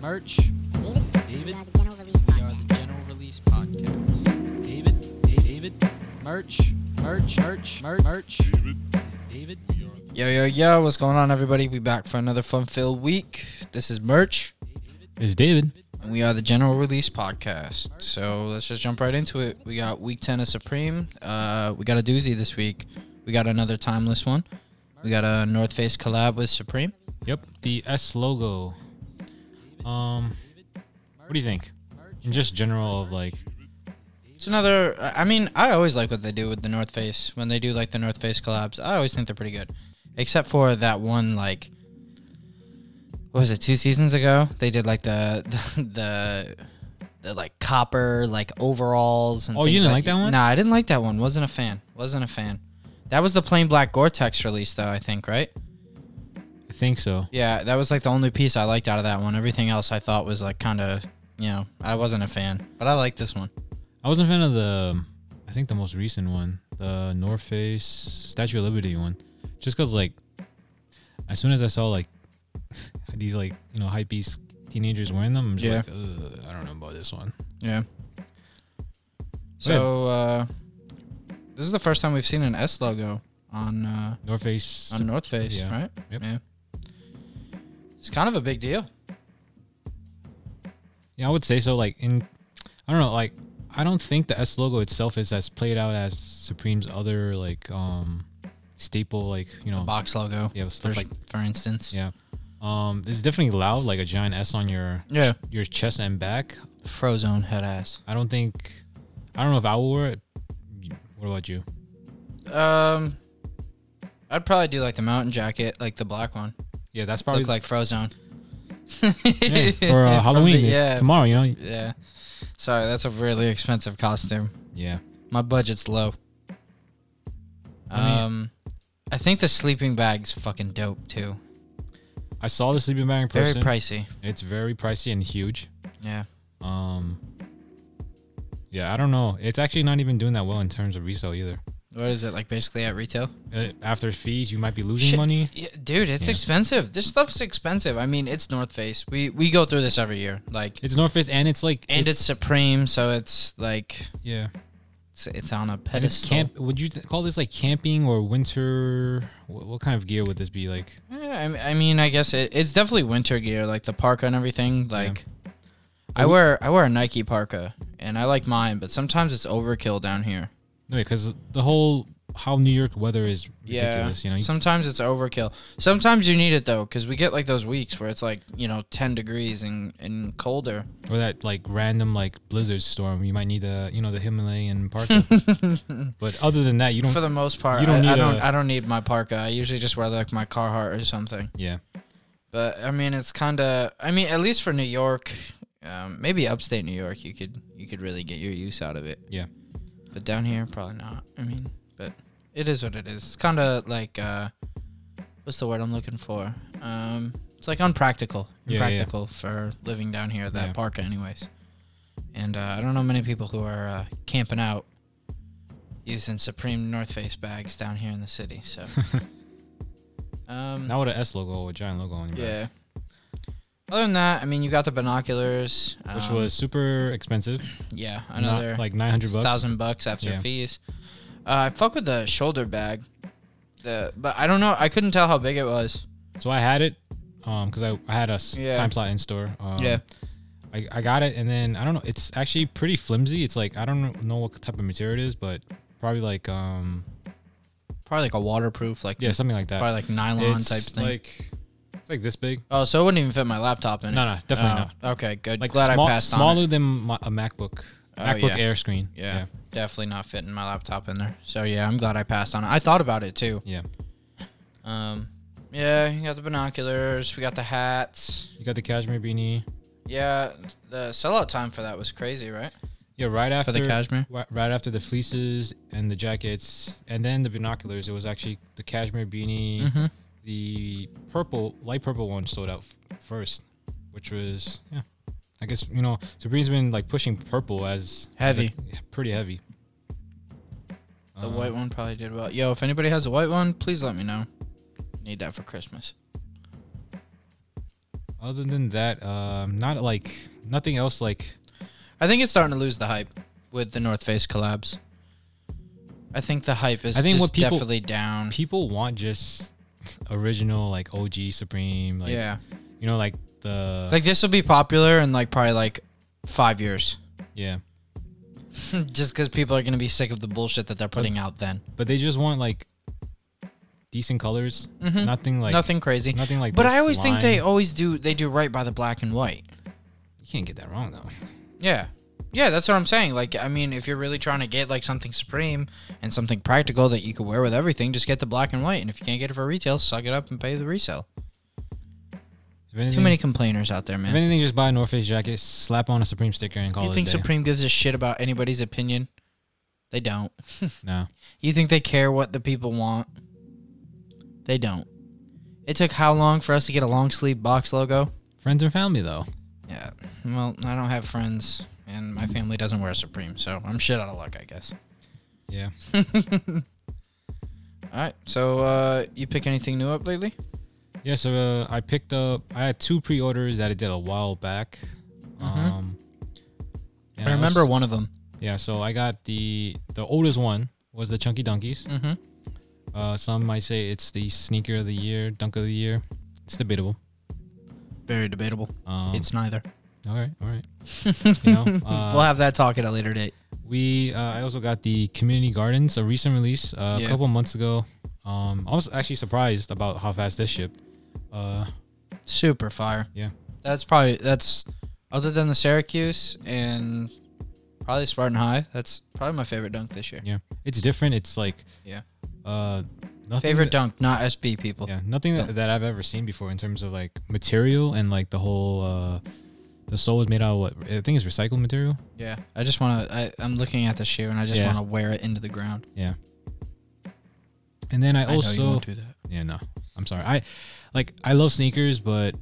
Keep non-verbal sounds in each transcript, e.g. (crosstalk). March. David, David, we are the general release We are podcast. the General Release Podcast. David, Da- David, March, March, March, March, March. David, David. We are the Yo, yo, yo, what's going on, everybody? We back for another fun filled week. This is Merch, It's David. and we are the General Release Podcast. So let's just jump right into it. We got week 10 of Supreme. Uh, we got a doozy this week. We got another timeless one. We got a North Face collab with Supreme. Yep, the S logo. Um, what do you think? In just general of like, It's another, I I mean, I always like what they do with the North Face. When they do like the North Face collabs, I always think they're pretty good. Except for that one, like, what was it, two seasons ago? They did like the, (laughs) the, the, the, like copper, like overalls. And Oh, you things didn't like that one? Nah, I didn't like that one. Wasn't a fan. Wasn't a fan. That was the plain black Gore Tex release, though, I think, right? I think so. Yeah, that was like the only piece I liked out of that one. Everything else I thought was like kind of, you know, I wasn't a fan. But I like this one. I wasn't a fan of the, I think the most recent one, the North Face Statue of Liberty one, just cause like, as soon as I saw like (laughs) these like you know hype beast teenagers wearing them, I'm just Yeah. like, Ugh, I don't know about this one. Yeah. So uh, this is the first time we've seen an S logo on uh, North Face. on North Face, yeah. right? Yep. Yeah. It's kind of a big deal. Yeah, I would say so. Like in, I don't know. Like I don't think the S logo itself is as played out as Supreme's other like um staple like you know Box logo. yeah For, stuff like for instance. yeah. Um, it's definitely loud, like a giant S on your Yeah. your chest and back. Frozone head ass. I don't think, I don't know if I will wear it. What about you? Um I'd probably do like the mountain jacket, like the black one. Yeah, that's probably Look like Frozone. (laughs) yeah, for uh, From Halloween. the- it's yeah, tomorrow, you know. Yeah. Sorry, that's a really expensive costume. Yeah, My budget's low. I mean- Um, I think the sleeping bag's fucking dope too. I saw the sleeping bag in Very person. pricey. it's very pricey and huge. Yeah. Um, yeah, I don't know. It's actually not even doing that well in terms of resale either. What is it like? Basically at retail. Uh, after fees, you might be losing Shit. money. Yeah, dude, it's Yeah. expensive. This stuff's expensive. I mean, it's North Face. We we go through this every year. Like, It's North Face, and it's like and it- it's Supreme, so it's like yeah. it's, it's on a And it's pedestal. camp. Would you th- call this like camping or winter? What, what kind of gear would this be like? Yeah, I, m- I mean, I guess it, it's definitely winter gear, like the parka and everything. Like, I Are we- wear I wear a Nike parka, and I like mine, but sometimes it's overkill down here. No, because the whole how New York weather is Yeah. ridiculous. You know, you- Sometimes it's overkill. Sometimes you need it though, because we get like those weeks where it's like you know ten degrees and and colder. or that like random like blizzard storm. You might need the you know the Himalayan (laughs) parka. but other than that, you don't. For the most part, you don't I, I need don't. a- I don't need my parka. I usually just wear like my Carhartt or something. yeah, But I mean, it's kind of. I mean, at least for New York, um, maybe upstate New York, you could you could really get your use out of it. Yeah. But down here, probably not. I mean, but it is what it is. It's kind of like uh, what's the word I'm looking for? Um, it's like unpractical, Yeah, yeah, yeah. impractical for living down here at that Yeah. park, anyways. And uh, I don't know many people who are uh, camping out using Supreme North Face bags down here in the city. So. (laughs) um, now with a S logo or a giant logo on your back, yeah. Other than that, I mean, you got the binoculars, which um, was super expensive. yeah not- another like nine hundred bucks. thousand bucks after Yeah. fees. Uh, I fuck with the shoulder bag, the but I don't know. I couldn't tell how big it was. So I had it, um, because I, I had a s- Yeah. time slot in store. Um, Yeah. I, I got it, and then I don't know. It's actually pretty flimsy. It's like I don't know what type of material it is, but probably like um, Probably like a waterproof, like yeah, something like that. probably like nylon it's type thing. like it's like this big. oh, so it wouldn't even fit my laptop in. No, it. no, definitely not. not. Okay, good. Like Glad small- I passed smaller on. it. than my, a MacBook, Oh, MacBook yeah. Air screen. yeah, yeah, definitely not fitting my laptop in there. So yeah, I'm glad I passed on it. I thought about it too. yeah. Um, yeah, you got the binoculars. We got the hats. You got the cashmere beanie. Yeah, the sellout time for that was crazy, right? Yeah, right after For the cashmere. wi- right after the fleeces and the jackets, and then the binoculars. It was actually the cashmere beanie. Mhm. The purple, light purple one sold out f- first, which was yeah. I guess you know Supreme's been like pushing purple as as a- Heavy. yeah, pretty heavy. The white one probably did well. Yo, if anybody has a white one, please let me know. Need that for Christmas. Uh, Other than that, um, not like nothing else. Like I think it's starting to lose the hype with the North Face collabs. I think the hype is I think just what people- definitely down. people want just original, like OG Supreme. Like, yeah. You know, like the Like this will be popular in like probably like five years, (laughs) yeah. just because people are gonna be sick of the bullshit that they're putting out. Then But they just want like decent colors. Mhm. Nothing like nothing crazy. Nothing like. but this I always think they line. always do. They do right by the black and white. You can't get that wrong though. Yeah. Yeah, that's what I'm saying. Like, I mean, if you're really trying to get like something supreme and something practical that you could wear with everything, just get the black and white. And if you can't get it for retail, suck it up and pay the resale. If anything, Too many complainers out there, If man. anything, just buy a North Face jacket, slap on a Supreme sticker, and call You it think a day. Supreme gives a shit about anybody's opinion? They don't. No, You think they care what the people want? They don't. It took how long for us to get a long sleeve box logo? friends and family though. Yeah. Well, I don't have friends, and my family doesn't wear Supreme, so I'm shit out of luck, I guess. Yeah. All right. So, uh, you pick anything new up lately? Yeah, so uh, I picked up. I had two pre-orders that I did a while back. Um, and Mm-hmm. I remember also- one of them. yeah, so I got the the oldest one was the Chunky Donkeys. Mm-hmm. Uh, some might say it's the sneaker of the year, dunk of the year. It's debatable. Very debatable. Um, it's neither. all right, all right. (laughs) you know, uh, we'll have that talk at a later date. we uh, I also got the Community Gardens, a recent release uh, Yeah. a couple months ago. Um, I was actually surprised about how fast this shipped. Uh, Super fire. Yeah. That's probably that's other than the Syracuse and probably Spartan High. That's probably my favorite dunk this year. yeah, it's different. It's like Yeah. uh, nothing Favorite that- dunk, not SB people. Yeah, nothing that, that I've ever seen before in terms of like material and like the whole uh the sole is made out of what I think it's recycled material. Yeah. I just want to. I'm looking at the shoe and I just Yeah. want to wear it into the ground. Yeah. And then I, I know you also won't do that. yeah no I'm sorry I like I love sneakers but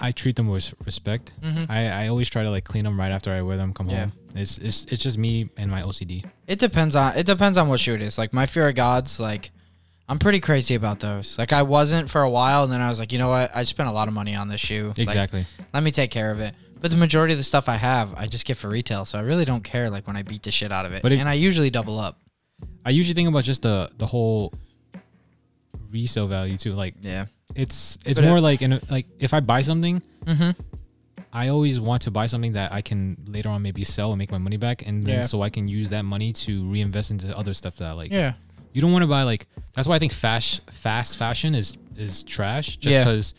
I treat them with respect. Mhm. I, I always try to like clean them right after I wear them. Come Yeah. home. It's it's it's just me and my OCD. It depends on it depends on what shoe it is. Like my Fear of Gods, like I'm pretty crazy about those. Like I wasn't for a while, and then I was like, you know what? I spent a lot of money on this shoe. Like, Exactly. let me take care of it. But the majority of the stuff I have, I just get for retail, so I really don't care. Like when I beat the shit out of it, But if- and I usually double up. I usually think about just the the whole resale value too. Like Yeah. it's it's But uh, it- more like in a, like if I buy something Mm-hmm. I always want to buy something that I can later on maybe sell and make my money back, and then Yeah. so I can use that money to reinvest into other stuff that I like. Yeah. You don't want to buy like that's why I think fast fast fashion is is trash, just Yeah. because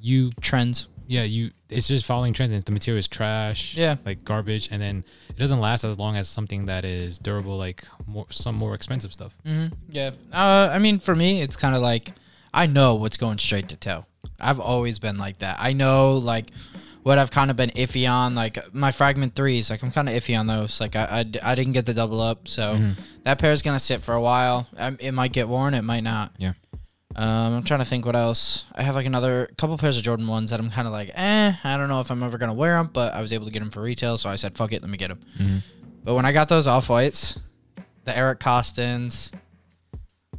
you Trends. yeah you it's just following trends. And the material is trash, Yeah. like garbage, and then it doesn't last as long as something that is durable, like more some more expensive stuff. Mm-hmm. Yeah. Uh, I mean, for me, it's kind of like I know what's going straight to toe. I've always been like that. I know like what I've kind of been iffy on. Like my fragment threes, like I'm kind of iffy on those. Like I, I d- I didn't get the double up, so that pair's gonna sit for a while. I, it might get worn, it might not. Yeah. Um, I'm trying to think what else. I have like another couple pairs of Jordan ones that I'm kind of like, eh, I don't know if I'm ever gonna wear them, but I was able to get them for retail, so I said, fuck it, let me get them. But when I got those off whites, the Eric Costins,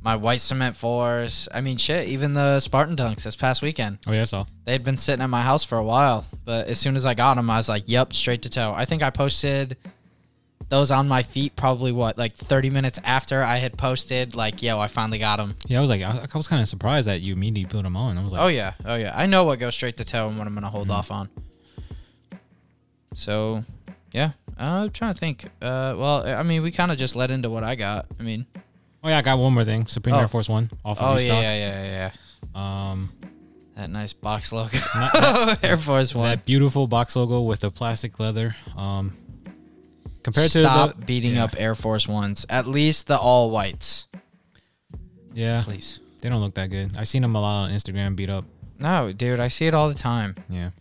my white cement fours, I mean, shit, even the Spartan dunks this past weekend, Oh yeah, that's all. they had been sitting at my house for a while. But as soon as I got them, I was like, yep, straight to toe. I think I posted those on my feet probably what like 30 minutes after I had posted like, yo, I finally got them. Yeah, I was like I, I was kind of surprised that you immediately put them on. I was like, Oh yeah, oh yeah. I know what goes straight to toe and what I'm gonna hold off on. So, yeah, I'm trying to think. Uh, well, I mean, we kind of just led into what I got. I mean, oh yeah, I got one more thing. Supreme Oh. Air Force One off of oh yeah, restock. yeah, yeah, yeah, yeah. Um, That nice box logo, (laughs) not- Air Force One. That beautiful box logo with the plastic leather. Um, compared Stop to the, beating yeah, up Air Force Ones. At least the all whites, Yeah, please. they don't look that good. I seen them a lot on Instagram beat up. No, dude, I see it all the time. Yeah,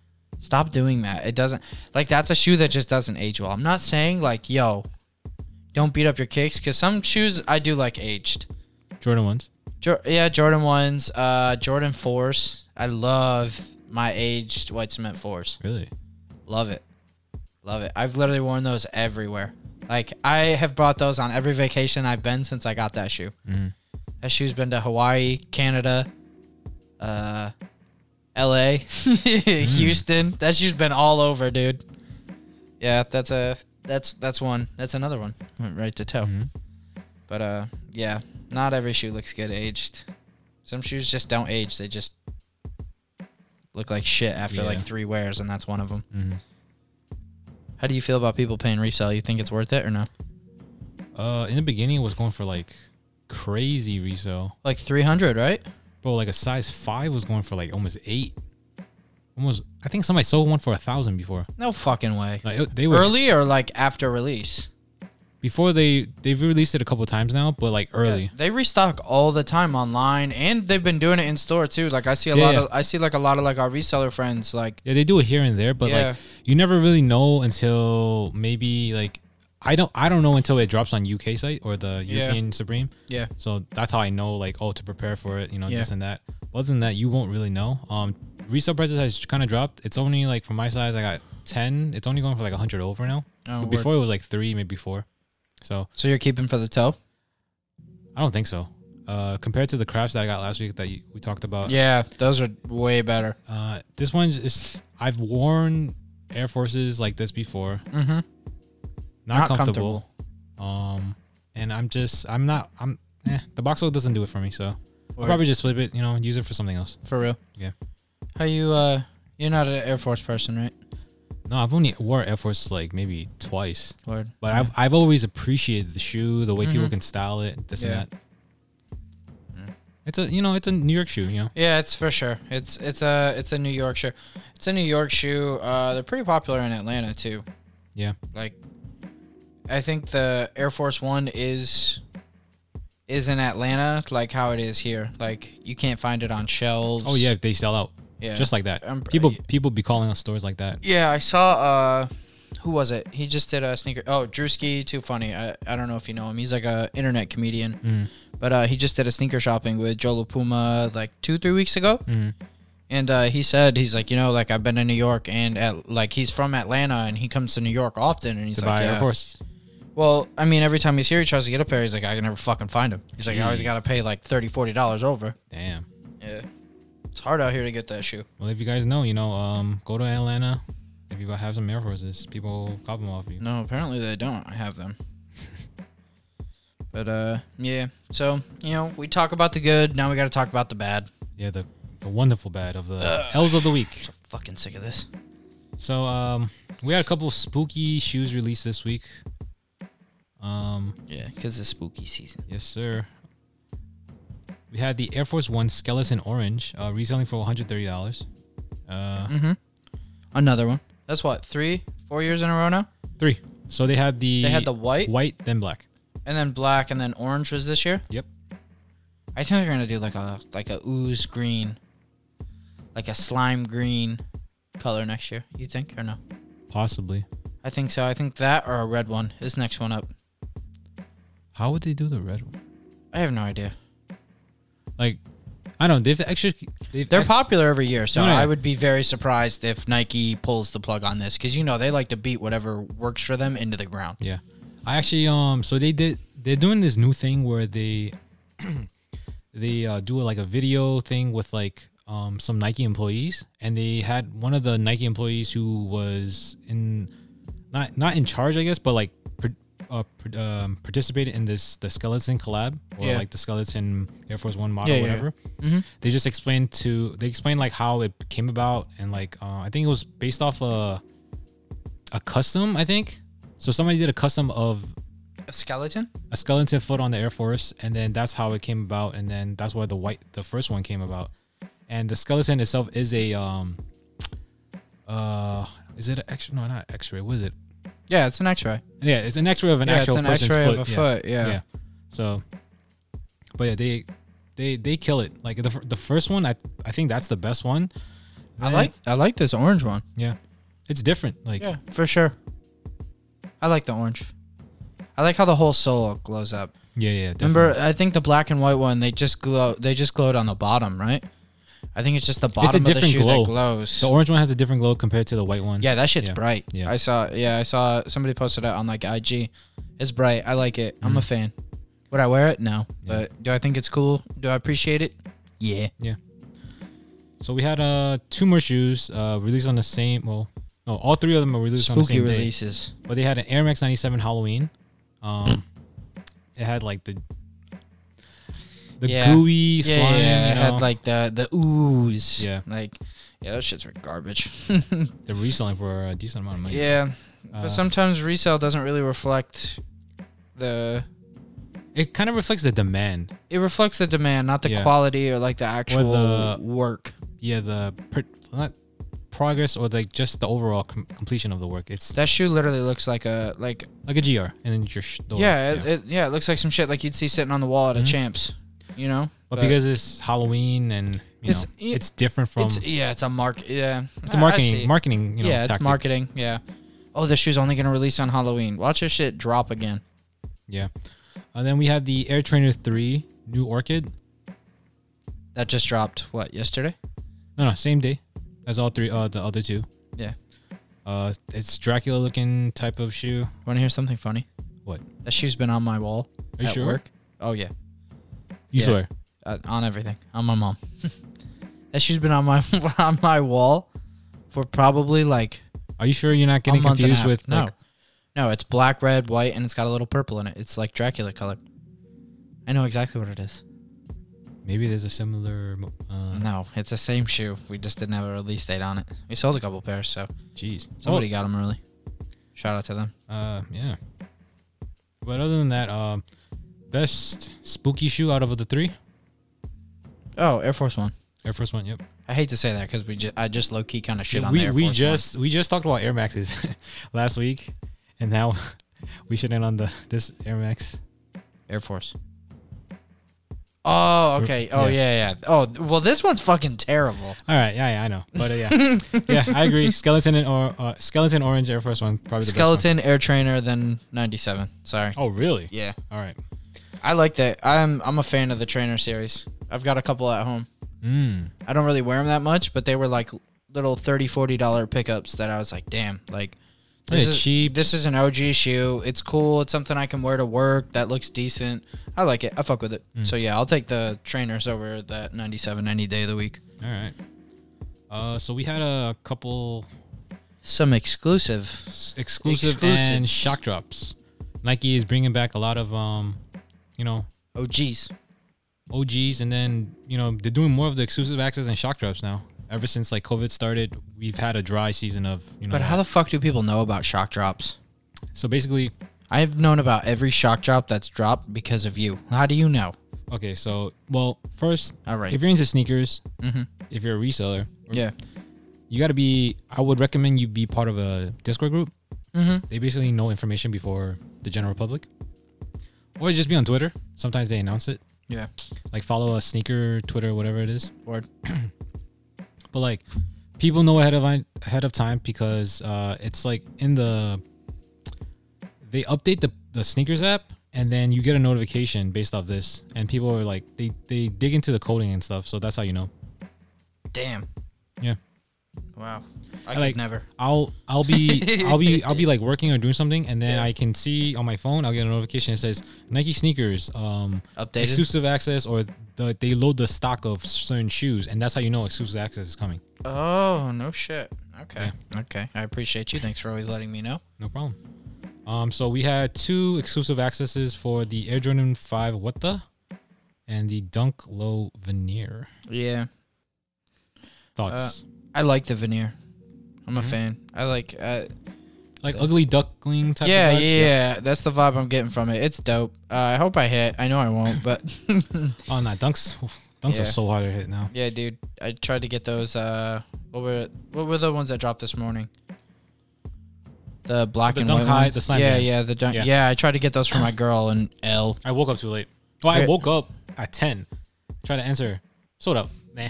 Stop doing that. It doesn't like that's a shoe that just doesn't age well. I'm not saying like, yo, don't beat up your kicks because some shoes I do like aged. Jordan ones. Jo- yeah, Jordan ones, uh, Jordan fours. I love my aged white cement fours. Really? Love it, love it. I've literally worn those everywhere. Like I have brought those on every vacation I've been since I got that shoe. Mhm. That shoe's been to Hawaii, Canada, uh, L.A., (laughs) Houston. That shoe's been all over, dude. Yeah, that's a that's that's one. That's another one. Went right to toe. Mhm. But uh, yeah, not every shoe looks good aged. Some shoes just don't age. They just look like shit after like Yeah. three wears, and that's one of them. Mhm. How do you feel about people paying resale? You think it's worth it or no? Uh, in the beginning, it was going for like crazy resale. Like three hundred, right? Bro, like a size five was going for like almost eight. Almost, I think somebody sold one for a thousand before. No fucking way. Like it- they were Early or like after release? before they they've released it a couple times now, but like early. Yeah, they restock all the time online, and they've been doing it in store too. Like I see a Yeah, lot yeah. of, I see like a lot of like our reseller friends. Like Yeah, they do it here and there, but Yeah. like you never really know until maybe like I don't I don't know until it drops on UK site or the Yeah. European Supreme. yeah, So that's how I know like oh to prepare for it, you know, Yeah. this and that. But other than that, you won't really know. Um resale prices has kind of dropped. It's only like for my size I got 10. It's only going for like 100 over now. Oh, but word. before it was like 3 maybe 4. So, So you're keeping for the toe? I don't think so. Uh compared to the crafts that I got last week that you, we talked about. Yeah, those are way better. Uh this one's is I've worn Air Forces like this before. Mm-hmm. Not, comfortable. Um, and I'm just, I'm not, I'm, eh, the box load doesn't do it for me. So I'll probably just flip it, you know, use it for something else. for real. Yeah. How you? uh You're not an Air Force person, right? No, I've only wore Air Force like maybe twice, Word. but I've, I've always appreciated the shoe, the way people Mhm. can style it, this Yeah. and that. It's a, you know, it's a New York shoe, you know. Yeah, it's for sure. It's it's a it's a New York shoe. It's a New York shoe. Uh, they're pretty popular in Atlanta too. Yeah. Like, I think the Air Force One is is in Atlanta, like how it is here. Like you can't find it on shelves. Oh yeah, they sell out yeah. just like that. I'm- people, people be calling us stores like that. Yeah, I saw. uh Who was it? He just did a sneaker. Oh, Drewski, too funny. I, I don't know if you know him. He's like a internet comedian, Mm, but uh, he just did a sneaker shopping with Jolo Puma like two three weeks ago, mm, and uh, he said he's like you know like I've been in New York and at like he's from Atlanta and he comes to New York often and he's to like buy yeah. Air Force. Well, I mean every time he's here he tries to get a pair. He's like I can never fucking find him. He's like I always Jeez. got to pay like 30 40 dollars over. Damn. Yeah, it's hard out here to get that shoe. Well, if you guys know, you know, um, go to Atlanta. If you have some Air Forces, people cop them off you. No, apparently they don't have them. (laughs) but uh yeah. So, you know, we talk about the good, now we gotta talk about the bad. Yeah, the the wonderful bad of the L's of the week. Fucking sick of this. So um, we had a couple spooky shoes released this week. Um, Yeah, because it's spooky season. yes, sir. We had the Air Force One Skeleton Orange uh, reselling for one hundred thirty dollars. Uh, Mm-hmm. Another one. That's what, three, four years in a row now? three. So they had the They had the white white then black. and then black and then orange was this year. Yep. I think they're gonna do like a like a ooze green. Like a slime green color next year, you think or no? Possibly. I think so. I think that or a red one is next one up. How would they do the red one? I have no idea. Like, I don't. know. They've actually they've They're popular every year, so No, no, no. I would be very surprised if Nike pulls the plug on this because you know they like to beat whatever works for them into the ground. Yeah. I actually um so they did they're doing this new thing where they (clears throat) they uh, do like a video thing with like um some Nike employees and they had one of the Nike employees who was in not not in charge I guess but like pr- uh, pr- um, participated in this the skeleton collab or Yeah. like the skeleton Air Force One model Yeah, yeah, whatever Mhm. they just explained to they explained like how it came about and like uh, I think it was based off a a custom I think so somebody did a custom of A skeleton? a skeleton foot on the Air Force, and then that's how it came about, and then that's why the white the first one came about, and the skeleton itself is a um uh is it an X no not X ray what is it Yeah, it's an X-ray. yeah it's an X ray of an yeah, it's actual an person's X-ray foot of a yeah. foot. Yeah. yeah so but yeah they they they kill it like the fir- the first one I I think that's the best one I Then- like I like this orange one. yeah it's different like Yeah, for sure. I like the orange. I like how the whole sole glows up. yeah yeah definitely. Remember, I think the black and white one they just glow. They just glowed on the bottom, right? I think it's just the bottom of the different shoe glow. that glows. the orange one has a different glow compared to the white one Yeah, that shit's Yeah. bright. Yeah. I saw. Yeah, I saw somebody posted it on like IG. It's bright. I like it. I'm a fan. Would I wear it? No. Mm. Yeah. But do I think it's cool? Do I appreciate it? Yeah. So we had uh two more shoes uh released on the same. Well, no, all three of them were released on the Spooky same day. releases. But they had an Air Max 97 Halloween. Um, it had like the the Yeah. gooey slime. Yeah, yeah, yeah. you It know? had like the the ooze. Yeah. like yeah, those shits were garbage. (laughs) they're reselling for a decent amount of money. yeah, Uh, but sometimes resale doesn't really reflect the. it kind of reflects the demand. It reflects the demand, not the Yeah. quality or like the actual the- work. Yeah, the pr- not progress or like just the overall com- completion of the work. It's That shoe literally looks like a like like a GR, and then your sh- door. yeah, It, it, yeah, it looks like some shit like you'd see sitting on the wall at Mhm. a champs, you know. but because it's Halloween and you It's- know y- it's different from it's it's, yeah, it's a mark yeah, a I- I marketing see. marketing you know yeah, it's tactic. marketing. Yeah. Oh, this shoe's only gonna release on Halloween. Watch this shit drop again. yeah, and then we had the Air Trainer Three New Orchid. That just dropped what yesterday? No, no, same day as all three. Uh, the other two. Yeah. Uh, it's Dracula looking type of shoe. Want to hear something funny? What? That shoe's been on my wall Are you at sure? work. Oh yeah, You Yeah. swear? uh, on everything. On my mom. (laughs) that shoe's been on my (laughs) on my wall for probably like Are you sure you're not getting a month confused and a half. with no, like, no. It's black, red, white, and it's got a little purple in it. It's like Dracula colored. I know exactly what it is. maybe there's a similar? Uh, No, it's the same shoe. We just didn't have a release date on it. We sold a couple pairs, so Jeez. somebody got 'em got them early. Shout out to them. Oh, uh, yeah. But other than that, um, best spooky shoe out of the three. Oh, Air Force One. Air Force One. Yep. I hate to say that because we just I just low key kind of shit Yeah, on the we Air we Force One. just we just talked about Air Maxes (laughs) last week, and now (laughs) we should end on the this Air Max. Air Force. Oh, okay. Oh, yeah, yeah. Oh, th- well, this one's fucking terrible. All right. Yeah, yeah, I know. But (laughs) uh, yeah, yeah, I agree. Skeleton and or uh, skeleton orange Air Force One probably the Best Skeleton Air Trainer then 97. Sorry. one. Oh really? Yeah. All right. I like that. I'm I'm a fan of the trainer series. I've got a couple at home. Mm. I don't really wear them that much, but they were like little 30 40 dollar pickups that I was like, "Damn, like this Yeah, is cheap. this is an OG shoe. It's cool. It's something I can wear to work that looks decent. I like it. I fuck with it." Mm. So yeah, I'll take the trainers over that 97 any day of the week. All right. Uh, so we had a couple Some exclusive s- exclusive and Exclusives. shock drops. Nike is bringing back a lot of um, you know, Oh geez. OGs, and then you know they're doing more of the exclusive access and shock drops now. Ever since like COVID started, we've had a dry season of you know. But how the fuck do people know about shock drops? so basically, I've known about every shock drop that's dropped because of you. How do you know? okay, so well, first, All right. if you're into sneakers, Mhm. if you're a reseller, Yeah. you got to be. I would recommend you be part of a Discord group. Mm-hmm. They basically know information before the general public, or just be on Twitter. Sometimes they announce it. Yeah. like follow a sneaker Twitter, whatever it is. Word. But like, people know ahead of ahead of time because uh, it's like in the they update the the sneakers app, and then you get a notification based off this, and people are like they they dig into the coding and stuff, so that's how you know. Damn. Yeah. Wow. I, I could like- never. I'll I'll be I'll be I'll be like working or doing something, and then I can see on my phone I'll get a notification that says Nike sneakers um Updated? exclusive access or the, they load the stock of certain shoes, and that's how you know exclusive access is coming. Oh no shit. Okay. Okay. I appreciate you. Thanks for always letting me know. No problem. Um, so we had two exclusive accesses for the Air Jordan Five What the, and the Dunk Low Veneer. Yeah. Thoughts? I like the veneer. I'm a fan. I like. Uh, like ugly duckling type. yeah, of yeah, vibes? yeah. That's the vibe I'm getting from it. It's dope. Uh, I hope I hit. I know I won't, but (laughs) Oh no, dunks. Dunks Yeah. are so hard to hit now. yeah, dude. I tried to get those. Uh, what were what were the ones that dropped this morning? The black The and Dunk white High- one? the slime yeah, jams. yeah, the dunk. Yeah. Yeah. I tried to get those for my girl and L. I woke up too late. Well, I Right. woke up at ten. Try to answer. Sold out. Nah.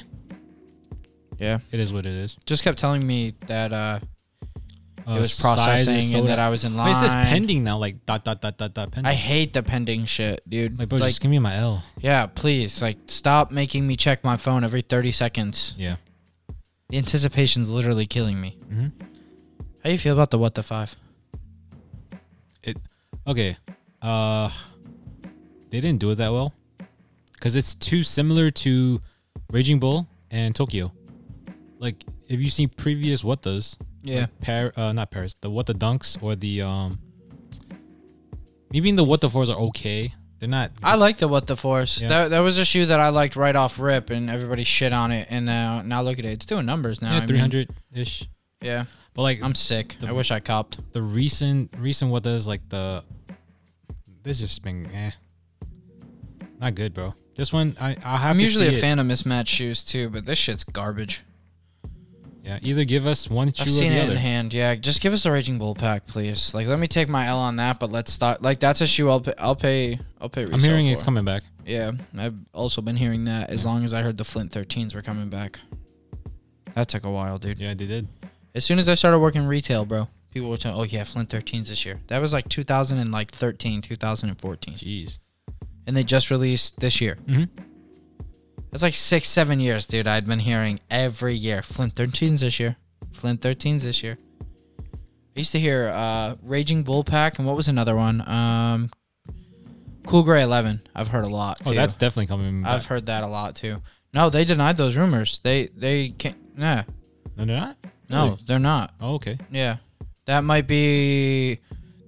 Yeah, It is what it is. just kept telling me that uh, Uh, it was size is processing sold and that out. I was in But line. it says pending now. Like dot dot dot dot dot pending. I hate the pending shit, dude. like bro, like, just give me my L. yeah, please, like, stop making me check my phone every thirty seconds. Yeah. The anticipation's literally killing me. Mhm. How you feel about the what the five? it okay uh they didn't do it that well because it's too similar to raging bull and tokyo like if you've seen previous what does Yeah. Par, uh, not Paris. The what the dunks or the um. Maybe the what the fours are okay. They're not. I like the what the force. Yeah. That, that was a shoe that I liked right off rip, and everybody shit on it. And now now look at it. It's doing numbers now. I yeah, mean, three hundred ish. yeah, But like I'm sick. I wish I copped. the recent recent what does like the. This just been eh. Not good, bro. This one I I have. I'm to usually see a it. fan of mismatched shoes too, but this shit's garbage. Yeah, either give us one shoe I've seen or the it in other. hand. Yeah, just give us the Raging Bull pack, please. Like, let me take my L on that, but let's start. Like, that's a shoe I'll pay. I'll pay. I'll pay. I'm resale hearing it's for. coming back. Yeah, I've also been hearing that. As long as I heard the Flint 13s were coming back, that took a while, dude. Yeah, they did. As soon as I started working retail, bro, people were telling, "Oh yeah, Flint 13s this year." That was like 2000 and like 13, 2014, Jeez. and they just released this year. Mhm. That's like six, seven years, dude. I'd been hearing every year Flint 13s this year, Flint 13s this year. I used to hear uh, Raging Bull Pack and what was another one? Um, cool Gray 11. I've heard a lot. Oh, too. that's definitely coming back. I've heard that a lot too. No, they denied those rumors. They they can't. Nah, no, they're not. no, Really? they're not. Oh, okay. Yeah, that might be.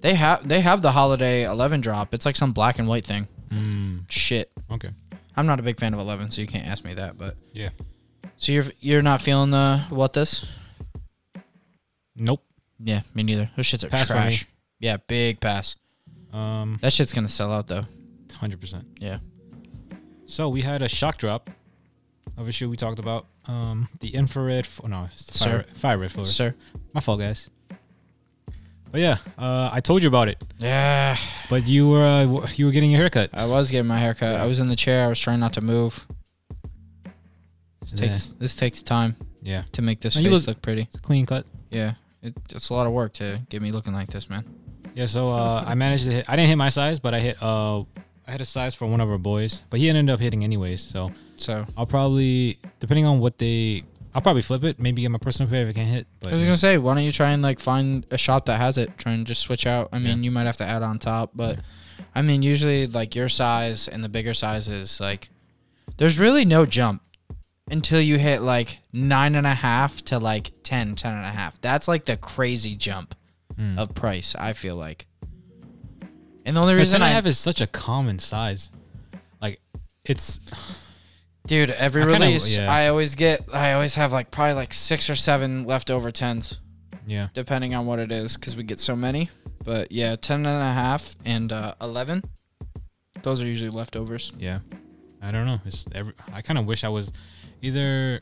They have they have the holiday eleven drop. It's like some black and white thing. Mm, Shit, okay. I'm not a big fan of eleven, so you can't ask me that. But Yeah. so you're you're not feeling the what this? Nope. Yeah, me neither. Those shits are Pass for me. trash. Yeah, big pass. Um, That shit's gonna sell out though. hundred percent. Yeah. So we had a shock drop of a shoe we talked about. Um, the infrared. F- oh, no, it's the Sir. fire, fire red floor. Sir. My fault, guys. But yeah, uh, I told you about it. Yeah. But you were uh, w- you were getting your haircut. I was getting my haircut. I was in the chair. I was trying not to move. This Yeah. takes this takes time Yeah, to make this No, face you look, look- pretty. it's a clean cut. Yeah. It, it's a lot of work to get me looking like this, man. Yeah. So uh, I managed to hit. I didn't hit my size, but I hit. Uh, I had a size for one of our boys, but he ended up hitting anyways. So So I'll probably, depending on what they, I'll probably flip it. Maybe get my personal pair if it can hit. I But was you know. gonna say, why don't you try and like find a shop that has it? Try and just switch out. I mean, you might have to add on top, but I mean, usually like your size and the bigger sizes, like there's really no jump until you hit like nine and a half to like 10, 10 and a half. That's like the crazy jump Mm. of price. I feel like, and the only The reason I, have is such a common size. Like, it's dude, every I kinda- release, yeah. I always get, I always have like probably like six or seven leftover tens. yeah, depending on what it is because we get so many but yeah 10 and a half and uh, 11 those are usually leftovers yeah. I don't know. It's every. I kind of wish I was, either.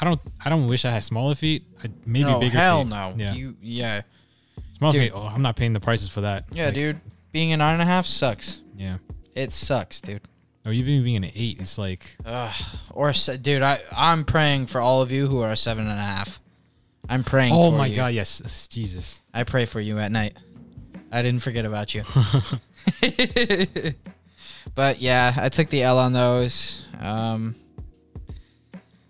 I don't. I don't wish I had smaller feet. I, maybe no bigger. hell feet. no Yeah. you yeah Smaller dude. feet. Oh, I'm not paying the prices for that. yeah Like, dude being a nine and a half sucks Yeah. it sucks dude Or even being an eight, it's like Ugh. or a se- dude i i'm praying for all of you who are a seven and a half i'm praying oh for my you. god, yes, (laughs) It's- Jesus. i pray for you at night i didn't forget about you (laughs) but yeah i took the l on those um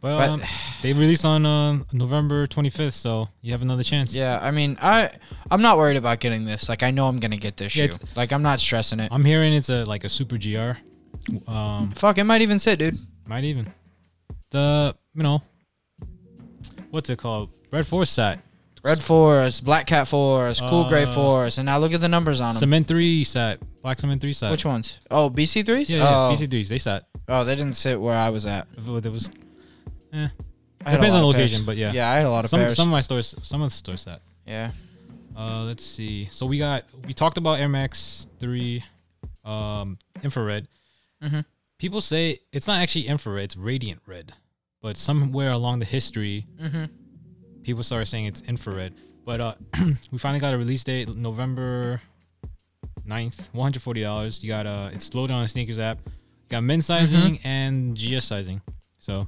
But, But- um, they release on uh, November 25th, so you have another chance. Yeah, I mean, I I'm not worried about getting this. Like, I know I'm gonna get this Yeah, shoe. Like, I'm not stressing it. I'm hearing it's a like a super gr. Um, Fuck, it might even sit, dude. Might even. The you know what's it called? Red Force sat. Red Forest, Black Cat Forest, Cool Gray Uh, Forest, and now look at the numbers on them. Cement three sat. Black cement three sat. Which ones? Oh, BC threes. yeah, oh. yeah. BC threes, they sat. oh, they didn't sit where I was at. But There was I had a Depends lot on of location, pairs. but yeah. yeah, I had a lot of some pairs. some of my stores some of the stores sat. yeah, Uh let's see. So we got we talked about Air Max three um infrared. Mhm. People say it's not actually infrared, it's radiant red. But somewhere along the history, Mhm. people started saying it's infrared. But uh, (clears throat) we finally got a release date, November 9th, $140. You got uh it's loaded on the sneakers app. You got men's sizing and GS sizing. So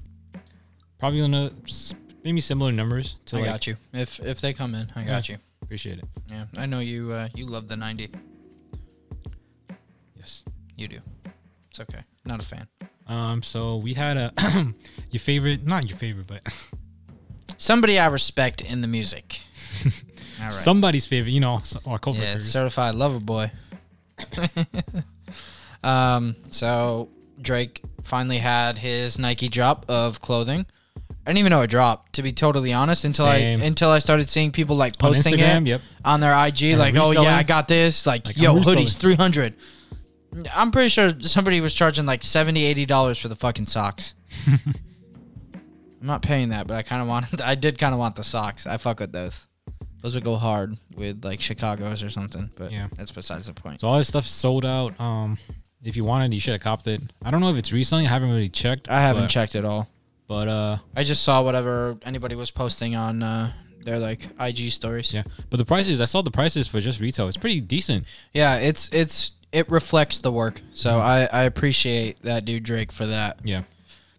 probably gonna s- maybe similar numbers to I like got you. If if they come in, I got you. appreciate it. Yeah, I know you. Uh, you love the ninety. Yes. You do. It's okay. Not a fan. Um, so we had a (clears throat) your favorite, not your favorite, but Somebody I respect in the (laughs) music. All right. somebody's favorite, you know, s- our co Yeah, certified lover boy. (laughs) um, so Drake finally had his Nike drop of clothing. I didn't even know it dropped. To be totally honest, until Same. I until I started seeing people like posting Instagram, it yep. on their IG, like, "Oh reselling. yeah, I got this." Like, Like, yo, I'm reselling. hoodies three hundred. I'm pretty sure somebody was charging like 70 dollars for the fucking (laughs) socks. I'm not paying that, but I kind of wanted. I did kind of want (laughs) the socks. I fuck with those. Those would go hard with like Chicago's or something. But Yeah. that's besides the point. So all this stuff's sold out. Um, if you wanted, you should have copped it. I don't know if it's reselling. I haven't really checked. I haven't but- checked at all. But uh, I just saw whatever anybody was posting on uh, their like IG stories. yeah. But the prices, I saw the prices for just retail. It's pretty decent. Yeah, it's it's it reflects the work. So I I appreciate that dude Drake for that Mm-hmm. Yeah.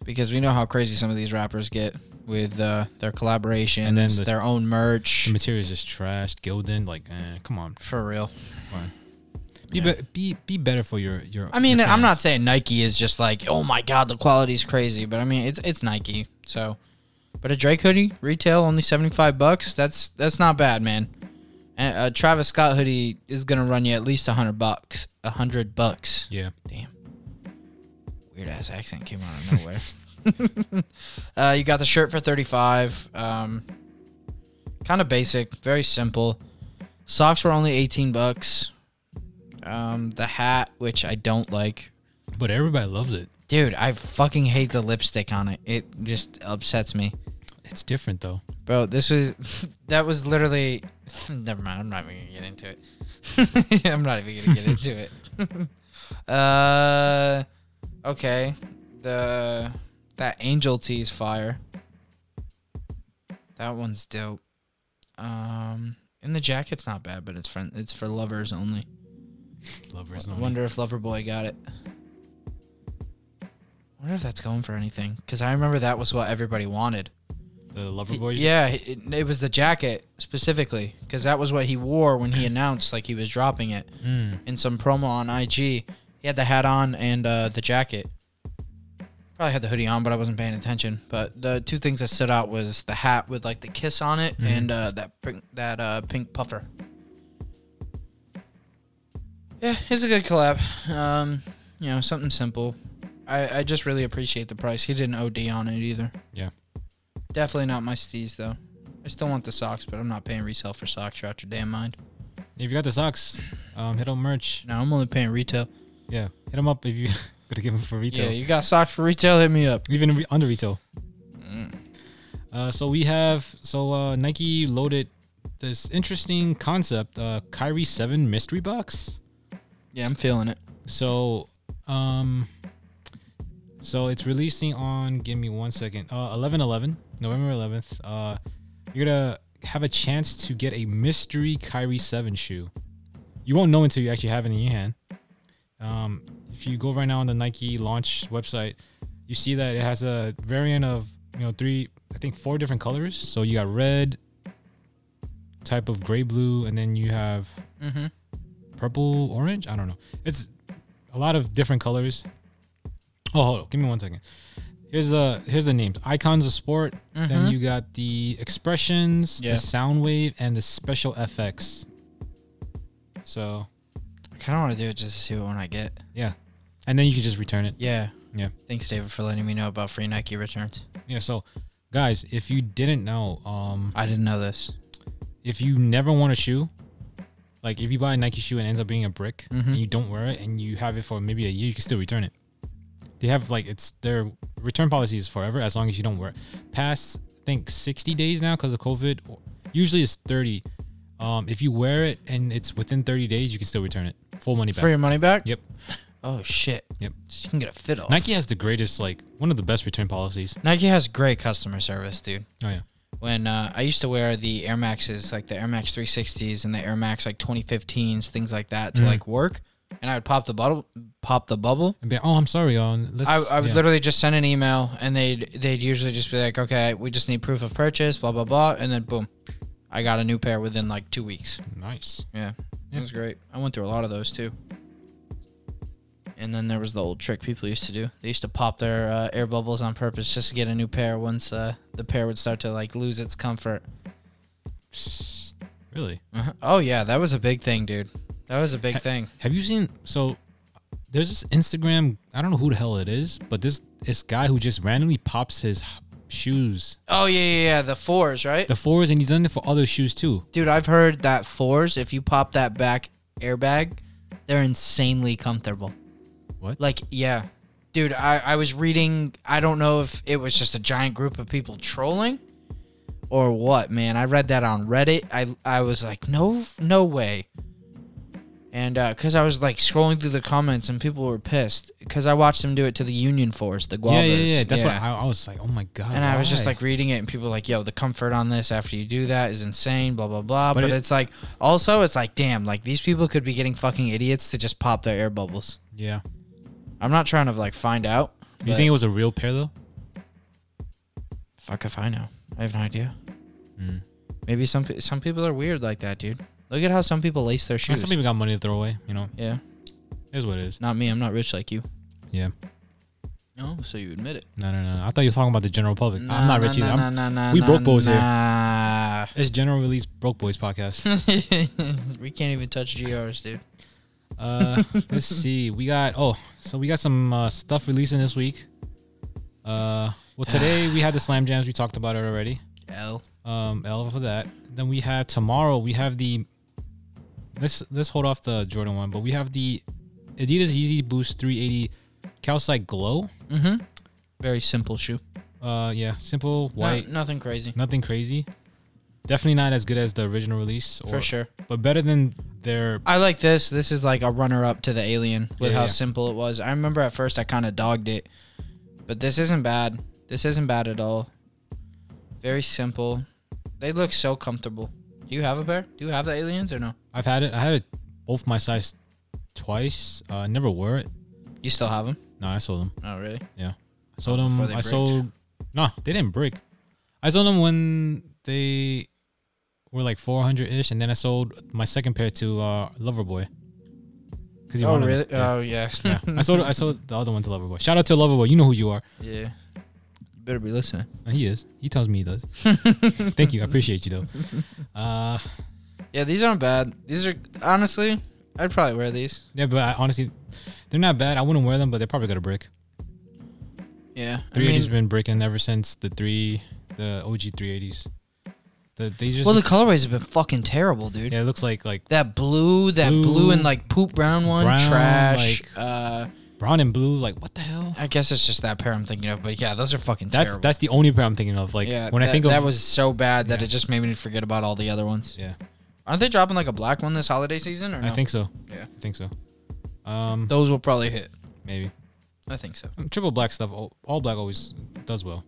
because we know how crazy some of these rappers get with uh, their collaborations, And then the- their own merch. The material is just trash. Gildan, like, eh, come on. For real. Be, be be be better for your your. I mean, your I'm not fans. saying Nike is just like, oh my god, the quality's crazy, but I mean, it's it's Nike. So, but a Drake hoodie retail only 75 bucks. That's that's not bad, man. And a Travis Scott hoodie is gonna run you at least 100 bucks. 100 bucks. Yeah. Damn. Weird ass accent came out of nowhere. (laughs) uh, you got the shirt for 35. Um, kind of basic, very simple. Socks were only 18 bucks. Um, the hat, which I don't like. But everybody loves it. Dude, I fucking hate the lipstick on it. It just upsets me. It's different though. Bro, this was (laughs) that was literally (laughs) never mind, I'm not even gonna get into it. (laughs) I'm not even gonna get into it. (laughs) uh okay. The that angel tea is fire. That one's dope. Um and the jacket's not bad, but it's friend it's for lovers only. Lovers. I only. wonder if Loverboy got it. wonder if that's going for anything. Because I remember that was what everybody wanted. the lover He- boy. Yeah, it, it was the jacket specifically because that was what he wore when he announced like he was dropping it Mm. in some promo on IG. He had the hat on and uh, the jacket. Probably had the hoodie on, but I wasn't paying attention. But the two things that stood out was the hat with like the kiss on it and uh, that pink, that uh, pink puffer. Yeah, it's a good collab. Um, you know, something simple. I, I just really appreciate the price. He didn't OD on it either. Yeah. Definitely not my steez though. I still want the socks, but I'm not paying resale for socks. You're out your damn mind. If you got the socks, um, hit on merch. No, I'm only paying retail. Yeah. Hit them up if you (laughs) gotta give them for retail. Yeah, you got socks for retail? Hit me up. Even re- under retail. Mm. Uh, so we have so uh, Nike loaded this interesting concept, uh, Kyrie Seven mystery box. Yeah, I'm feeling it. So, um, so it's releasing on. Give me one second. Uh, eleven eleven, November eleventh. Uh, you're gonna have a chance to get a mystery Kyrie Seven shoe. You won't know until you actually have it in your hand. Um, if you go right now on the Nike launch website, you see that it has a variant of you know three, I think four different colors. So you got red, type of gray blue, and then you have Mm-hmm. purple, orange. I don't know. It's a lot of different colors. Oh, hold on. Give me one second. Here's the here's the names. Icons of sport. Then Mhm. you got the expressions, Yeah. the sound wave, and the special FX. So I kind of want to do it just to see what one I get. yeah, and then you can just return it. Yeah. Yeah. Thanks, David, for letting me know about free Nike returns. Yeah. So guys, if you didn't know, um, I didn't know this. if you never want a shoe, like if you buy a Nike shoe and it ends up being a brick Mhm. and you don't wear it and you have it for maybe a year, you can still return it. They have like it's their return policy is forever as long as you don't wear it. Past I think 60 days now because of COVID, usually it's 30. Um, if you wear it and it's within 30 days, you can still return it. Full money back. For your money back? Yep. Oh shit. Yep. So you can get a fiddle. Nike-, Nike has the greatest, like one of the best return policies. has great customer service, dude. Oh yeah. When uh, I used to wear the Air Maxes, like the Air Max 360s and the Air Max like 2015s, things like that, Mm. to like work, and I would pop the bubble, pop the bubble, And be like, oh, I'm sorry. Um, let's, I, I would yeah. literally just send an email, and they'd they'd usually just be like, "Okay, we just need proof of purchase, blah blah blah," and then boom, I got a new pair within like two weeks. nice. Yeah, Yeah. it was great. I went through a lot of those too. And then there was the old trick people used to do. They used to pop their uh, air bubbles on purpose just to get a new pair. Once uh, the pair would start to like lose its comfort. Psst. Really. Uh-huh. Oh yeah, that was a big thing, dude. That was a big thing. Have you seen? So there's this Instagram. I don't know who the hell it is, but this this guy who just randomly pops his shoes. Oh yeah, yeah, yeah. The fours, right? The fours, and he's done it for other shoes too. Dude, I've heard that fours. If you pop that back airbag, they're insanely comfortable. What? Like, yeah, dude. I I was reading. I don't know if it was just a giant group of people trolling, or what. Man, I read that on Reddit. I I was like, no, no way. And because I was like scrolling through the comments and people were pissed because I watched them do it to the Union Force, the guavas. yeah, yeah, yeah. That's why I, I was like, oh my god. And I was just why? like reading it, and people were like, "Yo, the comfort on this after you do that is insane." Blah blah blah. But But, it- it's like, also, it's like, damn, like these people could be getting fucking idiots to just pop their air bubbles. yeah. I'm not trying to like find out. You but- think it was a real pair though? Fuck if I know. I have no idea. Mm. Maybe some pe- some people are weird like that, dude. Look at how some people lace their Like, shoes. some people got money to throw away. You know, yeah, it is what it is. not me. I'm not rich like you. Yeah. No, so you admit it. No, no, no. I thought you were talking about the general public. I'm not rich either. I'm- we broke broke boys here. nah. (laughs) It's general release broke boys podcast. we can't even touch GRs, dude. Uh, let's see. We got oh, so we got some uh, stuff releasing this week. Uh, well, today we had the slam jams. We talked about it already. L. Um, L for that. Then we have tomorrow. We have the. Let's let's hold off the Jordan one, but we have the Adidas Yeezy Boost 380 Calcite Glow. Mm-hmm. Very simple shoe. Uh, yeah, simple No- white, nothing crazy. nothing crazy. Definitely not as good as the original release, or, For sure. but better than their. I like this. This is like a runner up to the alien with Yeah, how yeah. simple it was. I remember at first I kind of dogged it, but this isn't bad. This isn't bad at all. Very simple. They look so comfortable. Do you have a pair? Do you have the aliens or no? I've had it. I had it both my size twice. Uh, never wore it. You still have them? No, I sold them. Oh, really? I sold Oh, them. before I they break. sold. Nah, they didn't break. I sold them when they were like 400 ish, and then I sold my second pair to uh, Loverboy. Cause he Oh, wanted really? It. Yeah. Oh, yeah. (laughs) yeah. I (laughs) sold. I sold the other one to Loverboy. Shout out to Loverboy. You know who you are. yeah. You better be listening. Uh, He is. He tells me (laughs) he does. Thank you. I appreciate you though. Uh, Yeah, these aren't bad. These are honestly, I'd probably wear these. yeah, but I, honestly, they're not bad. I wouldn't wear them, but they're probably gonna break. Yeah. I 380's mean- been breaking ever since the three, the OG 380s. The, they just well, the colorways have been fucking terrible, dude. yeah, it looks like like That blue, that blue, Blue, and like poop brown one, brown, trash. like- uh, brown and blue. Like what the hell? I guess it's just that pair I'm thinking of, but yeah, those are fucking That's terrible. that's the only pair I'm thinking of. Like yeah, when that, I think of that was so bad that Yeah. it just made me forget about all the other ones. yeah, Aren't they dropping like a black one this holiday season? Or no? I think so. Yeah. I think so. Um, those will probably hit. maybe I think so, Um, triple black stuff. All, all black always does well.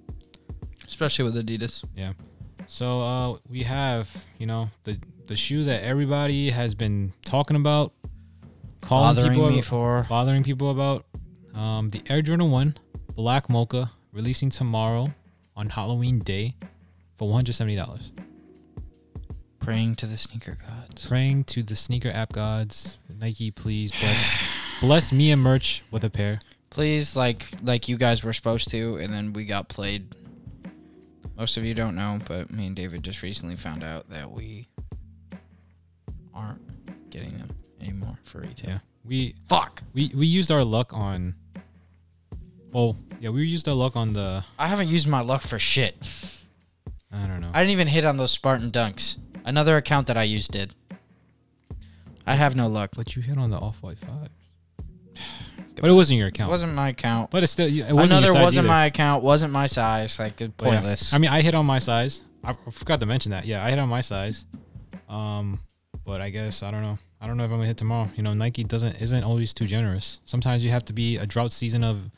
especially with Adidas. Yeah. So uh, we have you know the the shoe that everybody has been talking about, calling Bothering people, me ab- for bothering people about. Um, the Air Jordan One Black Mocha releasing tomorrow on Halloween Day for one hundred seventy dollars. praying to the sneaker gods. praying to the sneaker app gods nike please bless bless me and merch with a pair Please, like like you guys were supposed to, and then we got played. Most of you don't know, but me and David just recently found out that we aren't getting them anymore for retail. yeah we Fuck! we we used our luck on well yeah we used our luck on the I haven't used my luck for shit. i don't know I didn't even hit on those Spartan dunks. Another account that I used did. I have no luck. but you hit on the (sighs) off-white five but it wasn't your It account wasn't my account. but it's still it wasn't Another your size wasn't either. my account. Wasn't my size. Like they're But yeah, pointless. i mean i hit on my size I, I forgot to mention that yeah i hit on my size um but i guess i don't know i don't know if i'm gonna hit tomorrow you know nike doesn't isn't always too generous sometimes you have to be a drought season of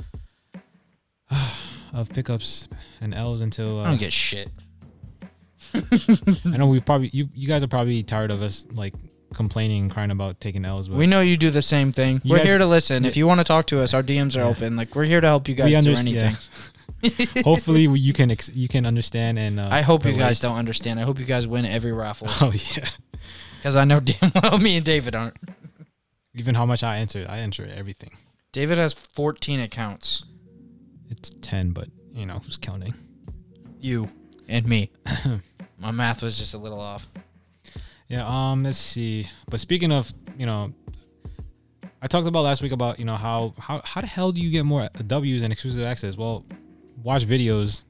(sighs) of pickups and l's until I uh, don't get shit. i know we probably you, you guys are probably tired of us like complaining and crying about taking l's but We know you do the same thing. You we're guys- here to listen. If you want to talk to us, our DMs are Yeah. open. Like we're here to help you guys we do understand anything. (laughs) hopefully we- you can ex- you can understand and uh, I hope you relate. guys don't understand. I hope you guys win every raffle (laughs) oh yeah because I know (laughs) damn well me and David aren't. even how much i answered i answer everything David has 14 accounts. it's 10 but you know who's counting You and (coughs) me. My math was just a little off. Yeah, um, let's see. But speaking of, you know, I talked about last week about, you know, how how how the hell do you get more W's and exclusive access? Well, watch videos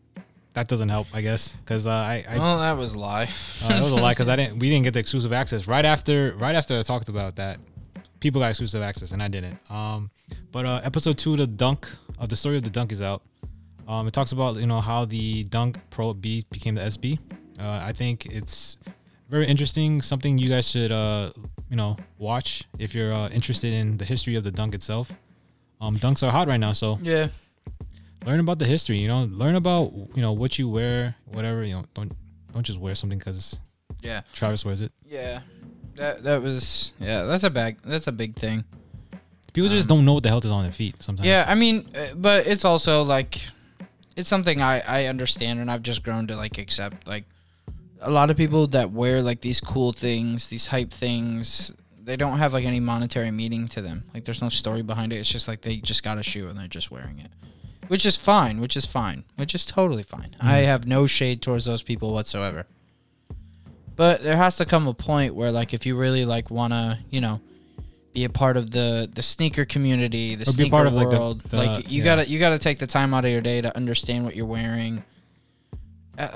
that doesn't help, I guess, because uh, I, I well, that was a lie. uh, that was a lie because I didn't we didn't get the exclusive access right after right after I talked about that. People got exclusive access and I didn't. Um, but uh, episode two, the dunk of the story of the dunk is out. Um, it talks about you know how the dunk pro B became the SB. Uh, I think it's very interesting. Something you guys should uh, you know watch if you're uh, interested in the history of the dunk itself. Um, dunks are hot right now, so yeah. learn about the history you know learn about you know what you wear whatever you know don't don't just wear something because Yeah. travis wears it Yeah. That that was yeah, that's a bag that's a big thing. people just don't know what the hell is on their feet sometimes Um, Yeah, I mean, uh, but it's also like it's something I I understand and I've just grown to like accept like a lot of people that wear like these cool things, these hype things, they don't have like any monetary meaning to them. Like there's no story behind it. It's just like they just got a shoe and they're just wearing it. Which is fine, which is fine, which is totally fine. I Mm-hmm. have no shade towards those people whatsoever. But there has to come a point where like if you really like want to, you know, be a part of the the sneaker community, the Or sneaker be a part of, like, the- world, the- like you yeah. got to you got to take the time out of your day to understand what you're wearing. Uh,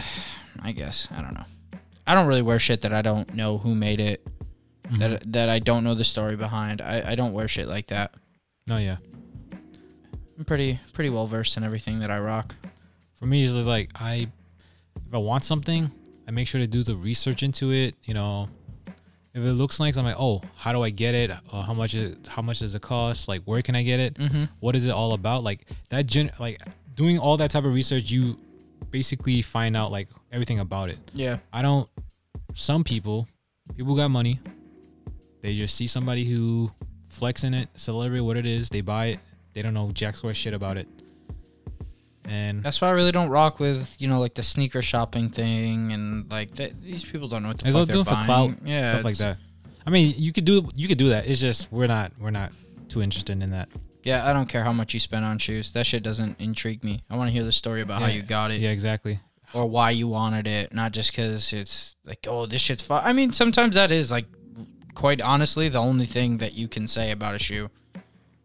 I guess, I don't know. I don't really wear shit that I don't know who made it, Mm-hmm. that that I don't know the story behind. I, I don't wear shit like that. no yeah I'm pretty pretty well versed in everything that I rock. for me it's just like i if i want something i make sure to do the research into it you know if it looks nice i'm like oh how do i get it uh, how much is how much does it cost like where can i get it Mm-hmm. What is it all about like that gen like doing all that type of research you basically find out like everything about it Yeah. I don't. Some people, people who got money, they just see somebody who flexing it, celebrate what it is, they buy it. They don't know jack square shit about it. And That's why I really don't rock with you know like the sneaker shopping thing and like th- these people don't know what the it's all fuck they're doing for buying. clout, yeah, stuff like it's- that. I mean, you could do you could do that. It's just we're not we're not too interested in that. Yeah, I don't care how much you spend on shoes. That shit doesn't intrigue me. I want to hear the story about how Yeah. Oh, you got it Yeah, exactly. or why you wanted it, not just because it's like oh this shit's fun. I mean sometimes that is like quite honestly the only thing that you can say about a shoe.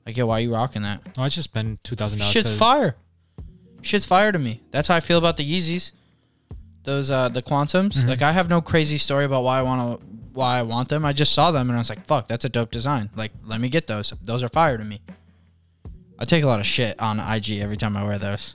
Like yeah, why you rocking that? Oh, I just spent two thousand dollars. Shit's fire. Shit's fire to me. That's how I feel about the Yeezys. Those uh the Quantums. Mm-hmm. Like I have no crazy story about why I want to why I want them. I just saw them and I was like, "Fuck, that's a dope design. Like let me get those. Those are fire to me." I take a lot of shit on IG every time I wear those.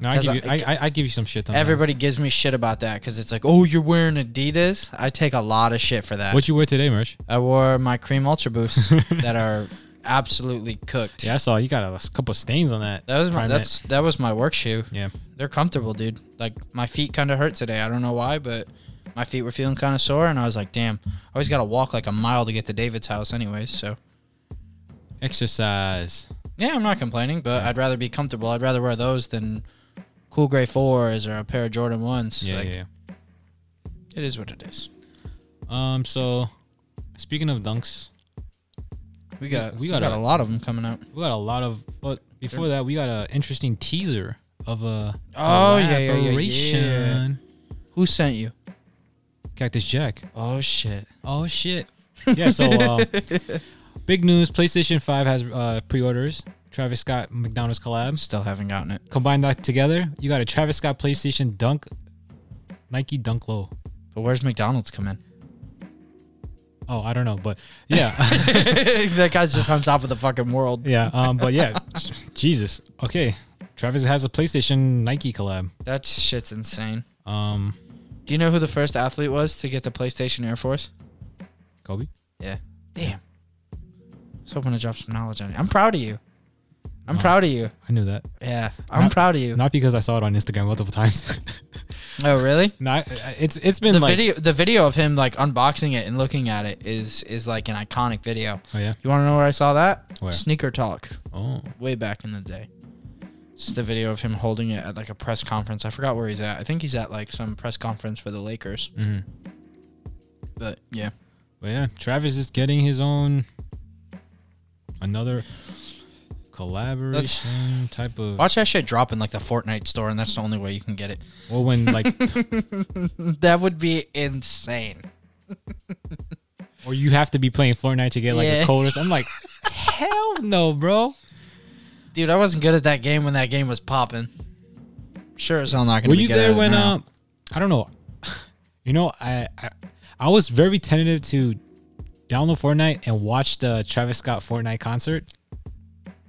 No, I 'Cause give I- you I, I, I give you some shit. Sometimes. Everybody gives me shit about that cuz it's like, "Oh, you're wearing Adidas?" I take a lot of shit for that. what you wear today, merch? I wore my Cream Ultra (laughs) Boosts that are absolutely cooked. Yeah, I saw you got a couple stains on that. That was my Primate. that's that was my work shoe. yeah. they're comfortable, dude. Like my feet kind of hurt today. I don't know why, but my feet were feeling kind of sore, and I was like, "Damn, I always got to walk like a mile to get to David's house, anyways." So Exercise. yeah, I'm not complaining, but I'd rather be comfortable. I'd rather wear those than cool gray fours or a pair of Jordan ones. Yeah, like, yeah. yeah. It is what it is. Um. So, speaking of dunks, We got we we got, got a, a- lot of them coming up. we got a lot of. But before that, we got an interesting teaser of a Oh, yeah, yeah, yeah, yeah. collaboration. Who sent you? Cactus Jack. Oh shit! (laughs) Oh shit. Yeah. So, um, big news: PlayStation Five has uh, pre-orders. Travis Scott McDonald's collabs. Still haven't gotten it. Combine that together, you got a Travis Scott PlayStation Dunk, Nike Dunk Low. But where's McDonald's come in? Oh, I don't know, but yeah. (laughs) (laughs) that guy's just on top of the fucking world. Yeah, um, but yeah, Jesus. Okay, Travis has a PlayStation Nike collab. That shit's insane. Um, Do you know who the first athlete was to get the PlayStation Air Force? Kobe. Yeah. Damn. I was hoping to drop some knowledge on you. I'm proud of you. I'm No. proud of you. I knew that. Yeah. I'm Not- proud of you. Not because I saw it on Instagram multiple times. (laughs) oh, really? no, I- I- it's it's been The like video the video of him like unboxing it and looking at it is is like an iconic video. oh yeah, You want to know where I saw that? Where? Sneaker Talk, oh way back in the day. It's the video of him holding it at like a press conference. I forgot where he's at. I think he's at like some press conference for the Lakers. hmm But yeah. but yeah, Travis is getting his own another collaboration type of. Watch that shit drop in like the Fortnite store and that's the only way you can get it. (laughs) Or when like, That would be insane. or you have to be playing Fortnite to get like Yeah. a code. Or something. I'm like, hell no, bro. Dude, I wasn't good at that game when that game was popping. sure as hell not gonna. Were be you good at there it when now. uh, I don't know. (laughs) You know, I, I I was very tentative to download Fortnite and watch the Travis Scott Fortnite concert.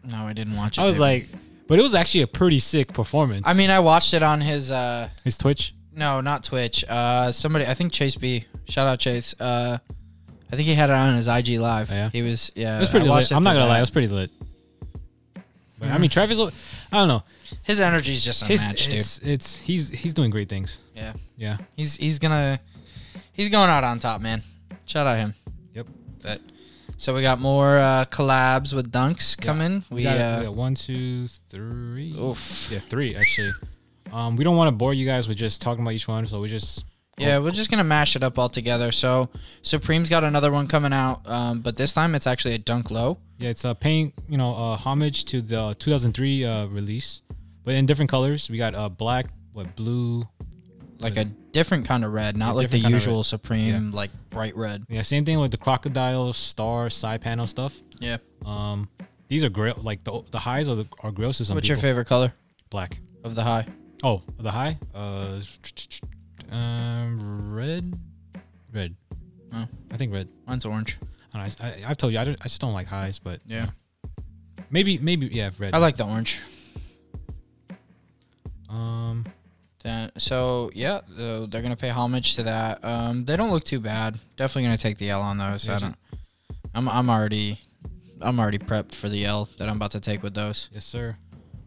No, I didn't watch it. uh, I was baby. like, but it was actually a pretty sick performance. I mean, I watched it on his. uh his Twitch. No, not Twitch. Uh, somebody. I think Chase B. Shout out Chase. Uh, I think he had it on his IG live. Oh, yeah? He was. Yeah. It was pretty uh, I watched lit. it I'm not gonna today. Mm. lie, it was pretty lit. But I mean, Travis, I don't know. His energy's just His, unmatched, dude. it's, it's he's he's doing great things. Yeah. Yeah. He's he's gonna he's going out on top, man. Shout out him. Yep. But so we got more uh, collabs with Dunks coming. We, We, got, uh, we got one, two, three. oof. Yeah, three actually. Um, we don't want to bore you guys with just talking about each one, so we just Yeah, we're just gonna mash it up all together. So Supreme's got another one coming out, um, but this time it's actually a Dunk Low. Yeah, it's uh, paying you know uh, homage to the 2003 uh, release, but in different colors. We got uh, black, what blue? Like a different kind of red, not Mm-hmm. A like the different kind of usual red. Supreme, like bright red. Yeah, same thing with the crocodile star side panel stuff. Yeah. Um, these are great. Like the the highs are the, are gross to some What's your people. favorite color Black. of the high? Oh, the high. Uh, um, red, red. Oh. I think red. Mine's orange. I, don't know, I, I I've told you I, don't, I just don't like highs, but Yeah. maybe maybe yeah red. I like the orange. um, Then- So yeah, so they're gonna pay homage to that. Um, they don't look too bad. Definitely gonna take the L on those. I Yes. don't. I'm I'm already, I'm already prepped for the L that I'm about to take with those. yes sir.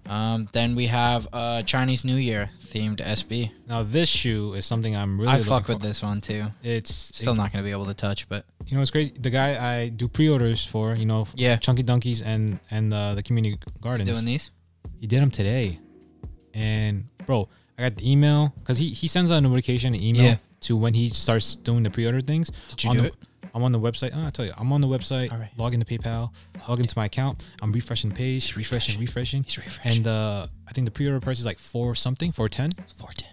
Um, then we have uh Chinese New Year themed SB. Now this shoe is something I'm really I looking fuck with for- this one too. It's Still not gonna be able to touch, but You know, it's crazy. The guy I do pre-orders for, you know, Yeah. Chunky Donkeys and and uh, the community gardens. doing these. He did them today, and bro, I got the email because he he sends out a notification, an email Yeah. to when he starts doing the pre-order things. Did you on do the, it? I'm on the website. Oh, I tell you, I'm on the website. All right. Log into PayPal. Log into my account. I'm refreshing the page, He's refreshing, refreshing, He's refreshing. and uh, I think the pre-order price is like four something, four ten. four ten.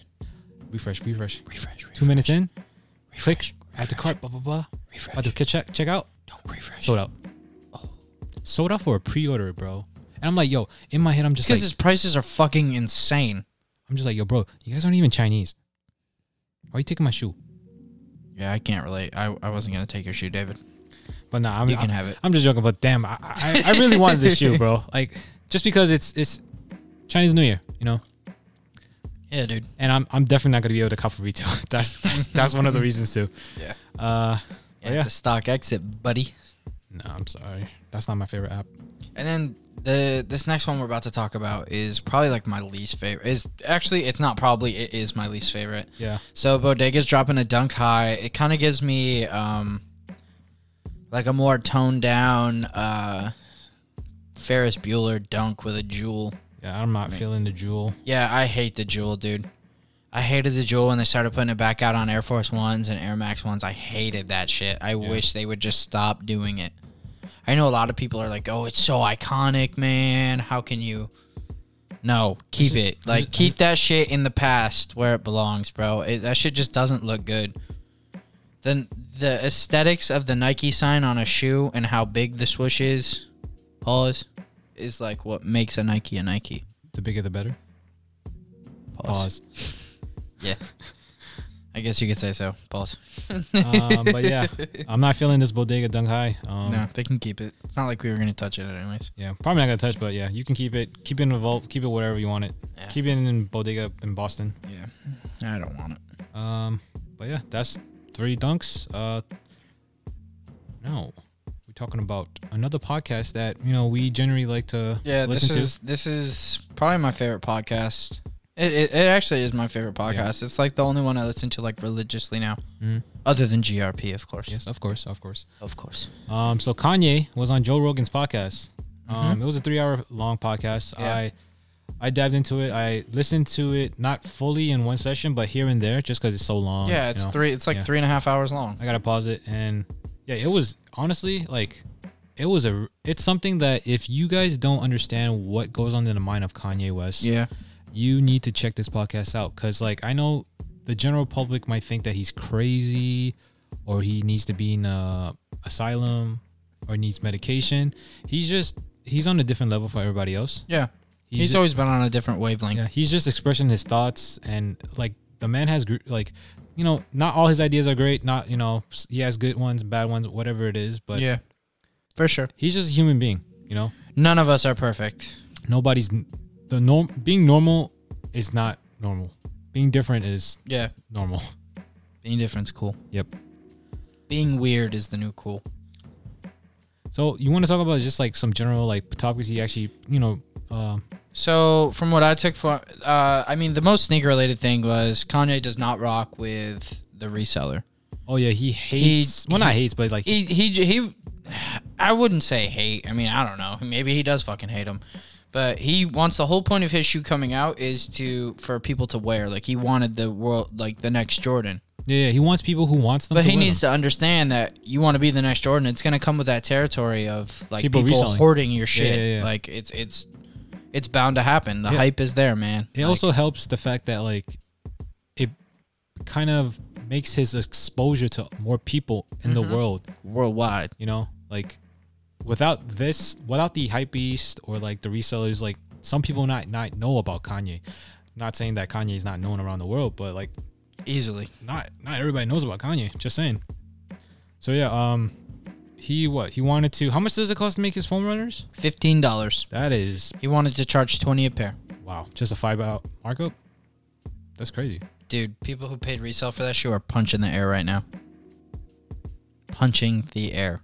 Refresh, refresh. Refresh. refresh Two minutes in, refresh, click, add to cart, blah blah blah. Refresh. Oh. About to check check out. Don't refresh. sold out. Sold out for a pre-order, bro. And I'm like, yo, in my head, I'm just Because like, his prices are fucking insane. I'm just like, yo, bro, you guys aren't even Chinese. Why are you taking my shoe? Yeah, I can't relate. I, I wasn't gonna take your shoe, David. But nah, I'm, You can I'm- have it. I'm just joking. But damn, I, I, I really wanted this (laughs) shoe, bro. Like, just because it's it's Chinese New Year, you know. Yeah, dude. And I'm I'm definitely not gonna be able to cover retail. (laughs) that's, that's that's one of the reasons too. Yeah. Uh, Yeah, yeah. It's a stock exit, buddy. no, I'm sorry. That's not my favorite app. And then the this next one we're about to talk about is probably like my least favorite. Is actually it's not probably it is my least favorite. Yeah. So Bodega's dropping a dunk high. It kind of gives me um like a more toned down uh Ferris Bueller dunk with a jewel. Yeah, I'm not feeling the jewel. Yeah, I hate the jewel, dude. I hated the jewel when they started putting it back out on Air Force Ones and Air Max Ones. I hated that shit. I wish they would just stop doing it. I know a lot of people are like, "Oh, it's so iconic, man. How can you?" No, keep it. Like, keep that shit in the past where it belongs, bro. It, that shit just doesn't look good. Then the aesthetics of the Nike sign on a shoe and how big the swoosh is, pause, is like what makes a Nike a Nike. The bigger the better. Pause. Yeah. I guess you could say so. (laughs) Pause. um, (laughs) but yeah, I'm not feeling this bodega dunk high. Um, no, they can keep it. It's not like we were going to touch it anyways. Yeah, probably not gonna touch, but yeah, you can keep it, keep it in a vault, keep it wherever you want it, Yeah. keep it in bodega in Boston. Yeah. I don't want it. Um, but yeah, that's three dunks. Uh, no, we're talking about another podcast that you know we generally like to Yeah, this listen is this is probably my favorite podcast. It, it, it actually is my favorite podcast. It's like the only one I listen to like religiously now. to. Mhm. Other than GRP, of course. Yes, of course, of course. Mm-hmm. Of course. Um, so Kanye was on Joe Rogan's podcast. Um, Mhm. it was a three-hour long podcast. Yeah. I I dived into it. I listened to it not fully in one session, but here and there, just because it's so long. yeah, you it's know. three it's like yeah. three and a half hours long. I gotta pause it and yeah, it was honestly like it was a it's something that if you guys don't understand what goes on in the mind of Kanye West, Yeah. you need to check this podcast out because like I know the general public might think that he's crazy or he needs to be in a asylum or needs medication. He's just he's on a different level for everybody else. Yeah. He's, ju- always been on a different wavelength. yeah, he's just expressing his thoughts and like the man has gr- like you know not all his ideas are great. Not you know s- he has good ones, bad ones, whatever it is. But yeah, for sure. he's just a human being. You know, None of us are perfect. nobody's n- the norm. Being normal is not normal. Being different is Yeah, normal. (laughs) being different's cool. Yep. Being weird is the new cool. So you want to talk about just like some general like topics he actually you know um So, from what I took for, uh, I mean, the most sneaker related thing was Kanye does not rock with the reseller. oh yeah he hates well not hates but like He he j- he. I wouldn't say hate. I mean, I don't know. Maybe he does fucking hate him, but he wants the whole point of his shoe coming out is to for people to wear. Like he wanted the world, like the next Jordan. yeah, yeah he wants people who wants them. But to he wear needs to understand that you want to be the next Jordan. It's going to come with that territory of like People people, reselling. hoarding your shit. yeah, yeah. Like it's it's it's bound to happen. The Yeah. hype is there, man. It Like, also helps the fact that like it kind of makes his exposure to more people in the world, worldwide. you know? Like without this without the hype beast or like the resellers, like some people not not know about Kanye. Not saying that Kanye is not known around the world, but like Easily. not not everybody knows about Kanye. Just saying. So yeah, um he what? He wanted to how much does it cost to make his foam runners? Fifteen dollars. That is He wanted to charge twenty a pair. wow, just a five out markup? That's crazy. Dude, people who paid resale for that shoe are punching the air right now. Punching the air.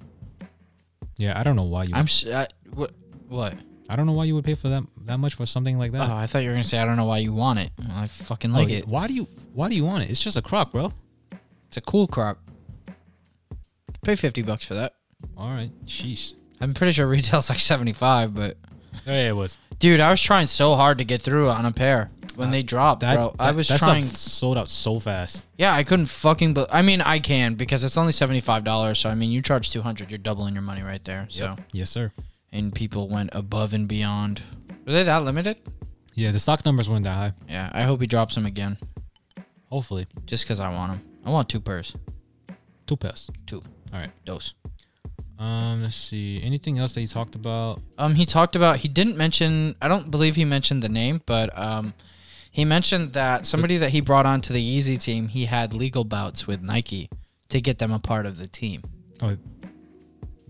Yeah, I don't know why you I'm. s- I, what? What? I don't know why you would pay for that that much for something like that. Oh, I thought you were gonna say I don't know why you want it. Well, I fucking like Oh, it. Why do you Why do you want it? It's just a crock, bro. It's a cool crop. Pay fifty bucks for that. All right, sheesh. I'm pretty sure retail's like 75, but (laughs) Yeah, it was. dude, I was trying so hard to get through on a pair when they dropped, Uh, That, bro. I that- was that trying. Stuff sold out so fast. Yeah, I couldn't fucking. Be- I mean, I can because it's only $75. So I mean, you charge 200, you're doubling your money right there. So Yes, sir. and people went above and beyond. Were they that limited? Yeah, the stock numbers weren't that high. Yeah, I hope he drops them again, Hopefully, just because I want them. I want two pairs, two pairs. two All right. dose. Um, let's see. Anything else that you talked about? Um, he talked about he didn't mention. I don't believe he mentioned the name, but um, he mentioned that somebody that he brought onto the Easy team, he had legal bouts with Nike to get them a part of the team. Oh,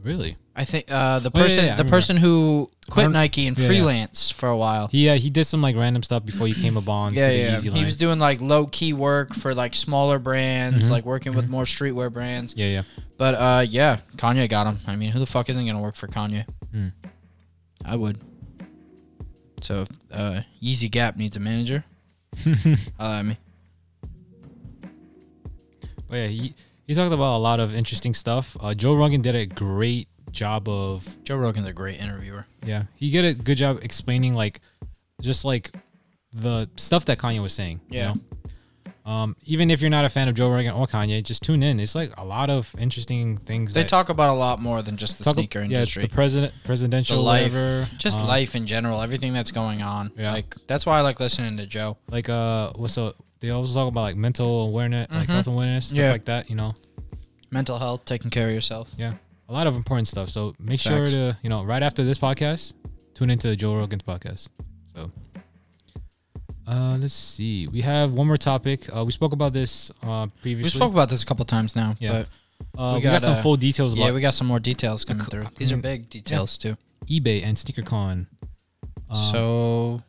really? I think uh, the Oh, yeah, person yeah, yeah, I the remember. person who quit don't- Nike and yeah, yeah. freelance for a while. He uh, he did some like random stuff before he (clears throat) came upon to Yeah, the yeah. easy He line. was doing like low key work for like smaller brands, Mm-hmm. like working with more streetwear brands. yeah, yeah. But uh, yeah, Kanye got him. I mean, who the fuck isn't gonna work for Kanye? Hmm. I would. So if uh, Yeezy Gap needs a (laughs) manager, Uh, holla at me. But Oh, yeah, he he talked about a lot of interesting stuff. Uh, Joe Rogan did a great job of Joe Rogan's a great interviewer. Yeah, he did a good job explaining like just like the stuff that Kanye was saying. you Yeah. know? Um, even if you're not a fan of Joe Rogan or Kanye, just tune in. It's like a lot of interesting things. They that talk about a lot more than just the talk- sneaker yeah, industry. the president, the presidential, life, whatever, just um, life in general, everything that's going on. Yeah. Like that's why I like listening to Joe. Like uh, what's up? They always talk about like mental awareness, like Mhm. health awareness, stuff Yeah. like that. You know, Mental health, taking care of yourself. yeah, a lot of important stuff. So make sure Facts. to you know right after this podcast, tune into Joe Rogan's podcast. So, uh, let's see. We have one more topic. Uh, we spoke about this uh previously. We spoke about this a couple times now, Yeah. but Uh, We we, got, got, some uh, full details yeah, about we got some more details coming cou- through. I These are mean- big details too. eBay and SneakerCon. Um, so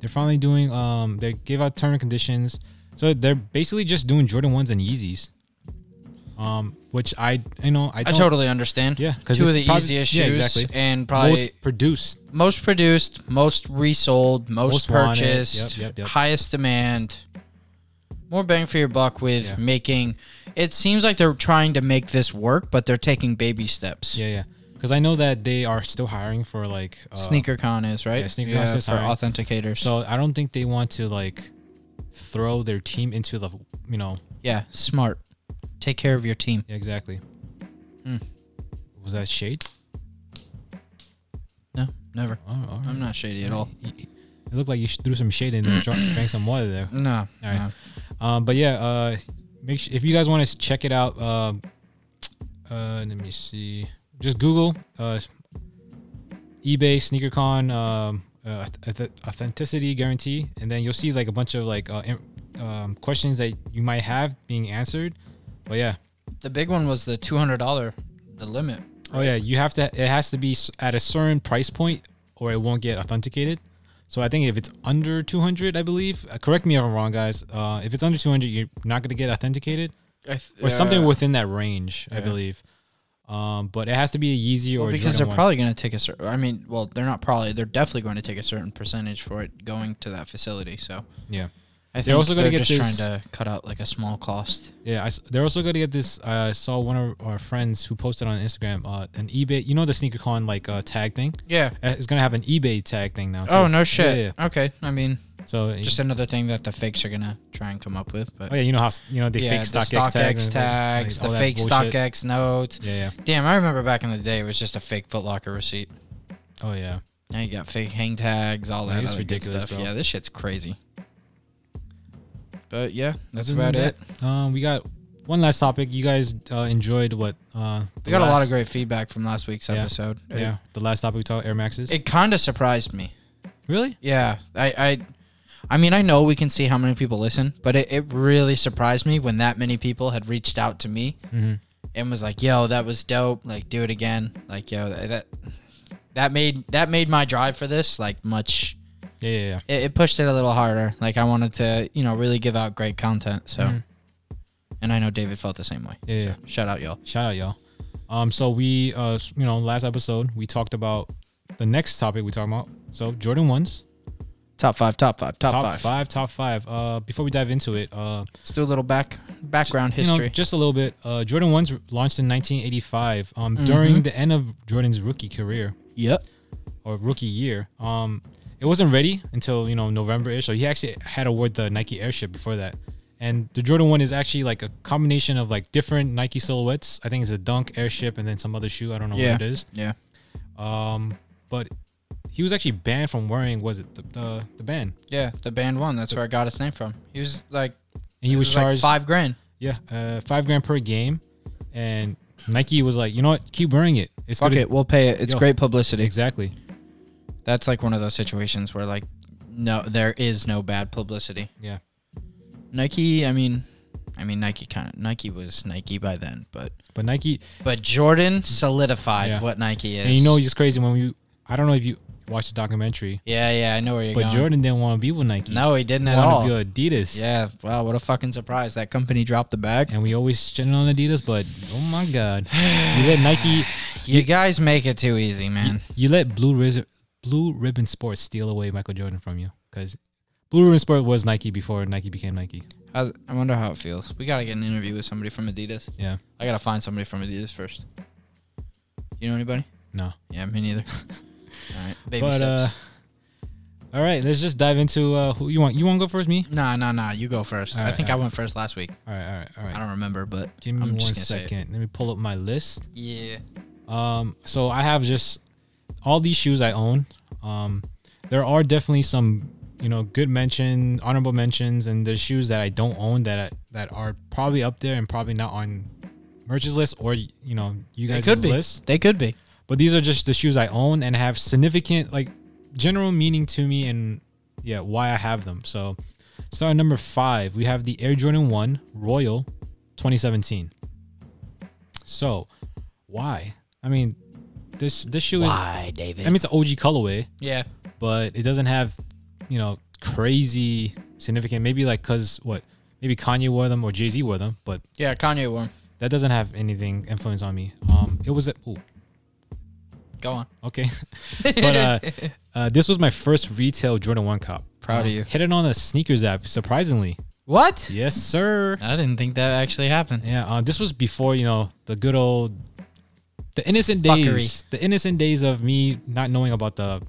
they're finally doing. Um, they gave out term and conditions, so they're basically just doing Jordan ones and Yeezys. Um, which I you know I, I, don't, totally understand. yeah because two of the easiest yeah, shoes exactly and probably most, most produced produced, most resold, most, Most wanted. purchased, Yep, yep, yep. highest demand. More bang for your buck with Yeah. making. It seems like they're trying to make this work, but they're taking baby steps. yeah yeah because I know that they are still hiring for like uh, Sneaker Con is right. yeah, Sneaker Con is for hiring. authenticators. so I don't think they want to like throw their team into the you know yeah, smart. Take care of your team. yeah, exactly Hmm. was that shade No, never. Oh, all right. I'm not shady at all. Y- y- It looked like you sh- threw some shade (clears throat) in there, drank, drank some water there. No. All right. Um, but yeah, uh, make sure if you guys want to check it out. Um, uh, let me see. Just Google uh, eBay SneakerCon um, uh, auth- auth- authenticity guarantee, and then you'll see like a bunch of like uh, in- um, questions that you might have being answered. But yeah, The big one was the two hundred dollar, the limit. oh yeah, you have to. It has to be s- at a certain price point, or it won't get authenticated. So I think if it's under two hundred, I believe. Uh, correct me if I'm wrong, guys. Uh, if it's under two hundred, you're not gonna get authenticated, I th- or something uh, within that range, I yeah. believe. Um, but it has to be a Yeezy Well, or a because they're Jordan 1. probably going to take a certain. I mean, well, they're not probably. They're definitely going to take a certain percentage for it going to that facility. So yeah. I think They're also going gonna to get just this- trying to cut out like a small cost. Yeah, I s they're also going to get this. uh, I saw one of our friends who posted on Instagram uh, an eBay. You know the sneaker con like uh, tag thing. Yeah. Uh, It's going to have an eBay tag thing now. Oh too. no shit. Yeah, Okay. I mean, yeah. So just another thing that the fakes are going to try and come up with. But oh yeah, you know how s- you know they yeah, fake the StockX stock tags, X and, like, tags, like, all the that fake bullshit. stock X notes. Yeah, yeah. Damn, I remember back in the day, it was just a fake Foot Locker receipt. Oh yeah. Now you got fake hang tags, all Man, that it's other good ridiculous, stuff. bro. Yeah, this shit's crazy. But yeah, that's Other about than it. that, Um, we got one last topic. You guys uh, enjoyed what? Uh, the We got a lot last- of great feedback from last week's Yeah. episode. It- Yeah, the last topic we talked Air Maxes. It, kind of surprised me. really? Yeah, I, I, I mean, I know we can see how many people listen, but it, it really surprised me when that many people had reached out to me Mm-hmm. and was like, "Yo, that was dope. Like, do it again. Like, yo, that." that that made that made my drive for this like much Yeah, yeah, yeah. it, it pushed it a little harder like i wanted to you know really give out great content so Mhm. and i know david felt the same way Yeah, so yeah. shout out y'all Shout out, y'all. Um, so we, uh, s- you know, last episode we talked about the next topic we talking about. So Jordan ones, top five top five top, five. top five. Uh, before we dive into it, uh, let's do a little back background you know, history just a little bit. Uh, Jordan ones launched in 1985. Um, Mm-hmm. during the end of Jordan's rookie career yep or rookie year. Um, it wasn't ready until you know November ish. So he actually had award the Nike Airship before that. And the Jordan one is actually like a combination of like different Nike silhouettes. I think it's a Dunk Airship and then some other shoe. I don't know Yeah. what it is. yeah Um, but he was actually banned from wearing was it the the, the ban, Yeah, the band one. That's where I got its name from. He was like and he was, charged like five grand. yeah uh, five grand per game, and Nike was like, you know what, keep wearing it. It's Fuck good. it, we'll pay it. It's Yo. great publicity. Exactly. That's like one of those situations where like no, there is no bad publicity. Yeah. Nike, I mean, I mean Nike kind of Nike was Nike by then, but But Nike, but Jordan solidified Mm. Yeah. what Nike is. and you know, it's just crazy when we. I don't know if you watched the documentary, yeah, yeah, I know where you're but going. Jordan didn't want to be with Nike. no, he didn't he at wanted all. to be with Adidas. Yeah, wow, what a fucking surprise! That company dropped the bag. And we always shitting on Adidas, but oh my (sighs) God, you let Nike, You guys make it too easy, man. you let Blue Ribbon, Blue Ribbon Sports steal away Michael Jordan from you because Blue Ribbon Sport was Nike before Nike became Nike. How's- I wonder how it feels. We gotta get an interview with somebody from Adidas. Yeah. I gotta find somebody from Adidas first. You know anybody? No. Yeah, me (laughs) neither. All right, baby but steps. uh, all right, let's just dive into uh, who you want. You want to go first, me? nah, nah, nah. You go first. All I right, think all I went first last week. All right, all right, all I right. don't remember, but Give me I'm one just gonna say it. second. Let me pull up my list. yeah, Um, so I have just all these shoes I own. Um, there are definitely some, you know, good mention, honorable mentions, and there's shoes that I don't own that I, that are probably up there and probably not on merch's list or you know you they guys' could be. list. They could be. But these are just the shoes I own and have significant like general meaning to me and yeah, why I have them. So starting number five, we have the Air Jordan 1 Royal 2017. So why? I mean, this this shoe Why, is I David? mean it's an OG colorway, yeah, but it doesn't have, you know, crazy significant maybe like cause what maybe Kanye wore them or Jay Z wore them, but yeah. Kanye one. that doesn't have anything influence on me. Um it was a ooh, Go on. Okay. (laughs) but uh, uh, this was my first retail Jordan 1 cop. Proud of Um, you. Hit it on the sneakers app, surprisingly. What? Yes, sir. I didn't think that actually happened. Yeah, uh, this was before, you know, the good old, the innocent days. Fuckery. The innocent days of me not knowing about the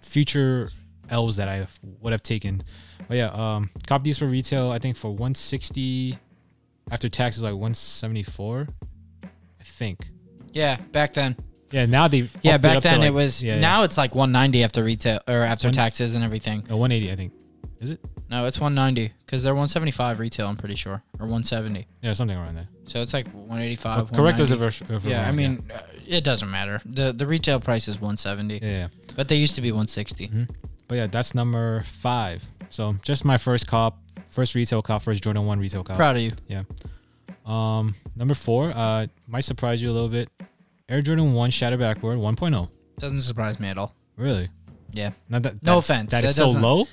future elves that I would have taken. But yeah, um, cop these for retail, I think for 160 after tax is like 174 I think. Yeah, back then. Yeah, now they Yeah, upped back up to, then like- it was. yeah, yeah. now it's like 190 after retail or after One- taxes and everything. No, 180 Uh, I think. Is it? No, it's 190 because they're 175 retail. I'm pretty sure, or 170. Yeah, something around there. So it's like 185. Well, correct us if 190. we're, if we're Yeah, I wrong, mean, uh, it doesn't matter. the The retail price is 170, yeah. Mm-hmm. yeah, yeah. but they used to be 160. But yeah, that's number five. So just my first cop, first retail cop, first Jordan One retail cop. Proud of you. Um, number four, uh, might surprise you a little bit. Air Jordan One Shatter Backward 1.0. Doesn't surprise me at all. Really? Yeah. Not that. No that's- offense, That that is so doesn't- low.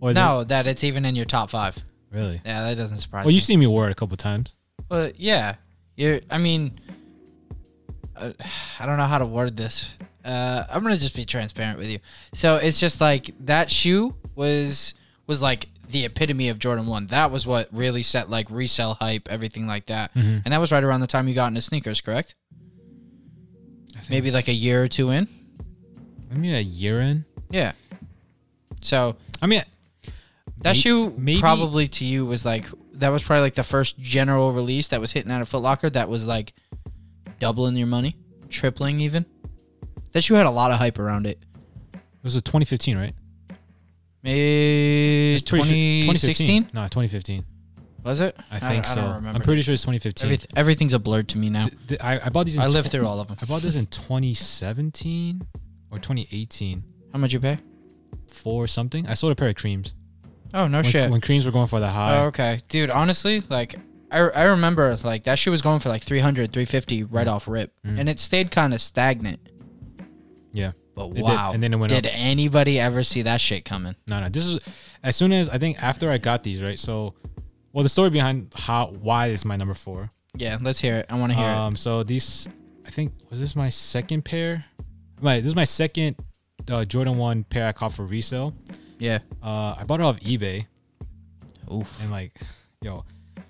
Or is no, that it's even in your top five. It, really? Yeah, that doesn't surprise Well, me. you've seen me wear it a couple times. Well, yeah. You're, I mean, uh, I don't know how to word this. Uh, I'm gonna just be transparent with you. So it's just like that shoe was was like the epitome of Jordan One. That was what really set like resell hype, everything like that. And that was right around the time you got into sneakers, correct? Maybe like a year or two in. I mean, a year in. Yeah. So I mean, that May- shoe maybe- probably to you was like that was probably like the first general release that was hitting out of Foot Locker that was like doubling your money, tripling even. That shoe had a lot of hype around it. it was a 2015, right? Maybe It's pretty sure- 2016 No, 2015. was it? I think I so. don't remember. I'm pretty sure it's 2015. Everyth- everything's a blur to me now. Th- th- I, I bought these. In I tw- lived through all of them. I bought this in 2017 or 2018 How much you pay? for something. I sold a pair of creams. Oh no when, shit. When creams were going for the high. oh, okay, dude. Honestly, like I, I remember like that shoe was going for like 300, 350 right off rip, Mm. and it stayed kind of stagnant. Yeah. But It did, wow, and then it went did up. anybody ever see that shit coming? No, no. This is as soon as I think after I got these, right? So, well, the story behind how why this is my number four. Yeah, let's hear it. I want to hear um, so these, I think, was this my second pair? My this is my second uh, Jordan One pair I caught for resale. it. Yeah. Uh, I bought it off eBay, Oof. and like, yo,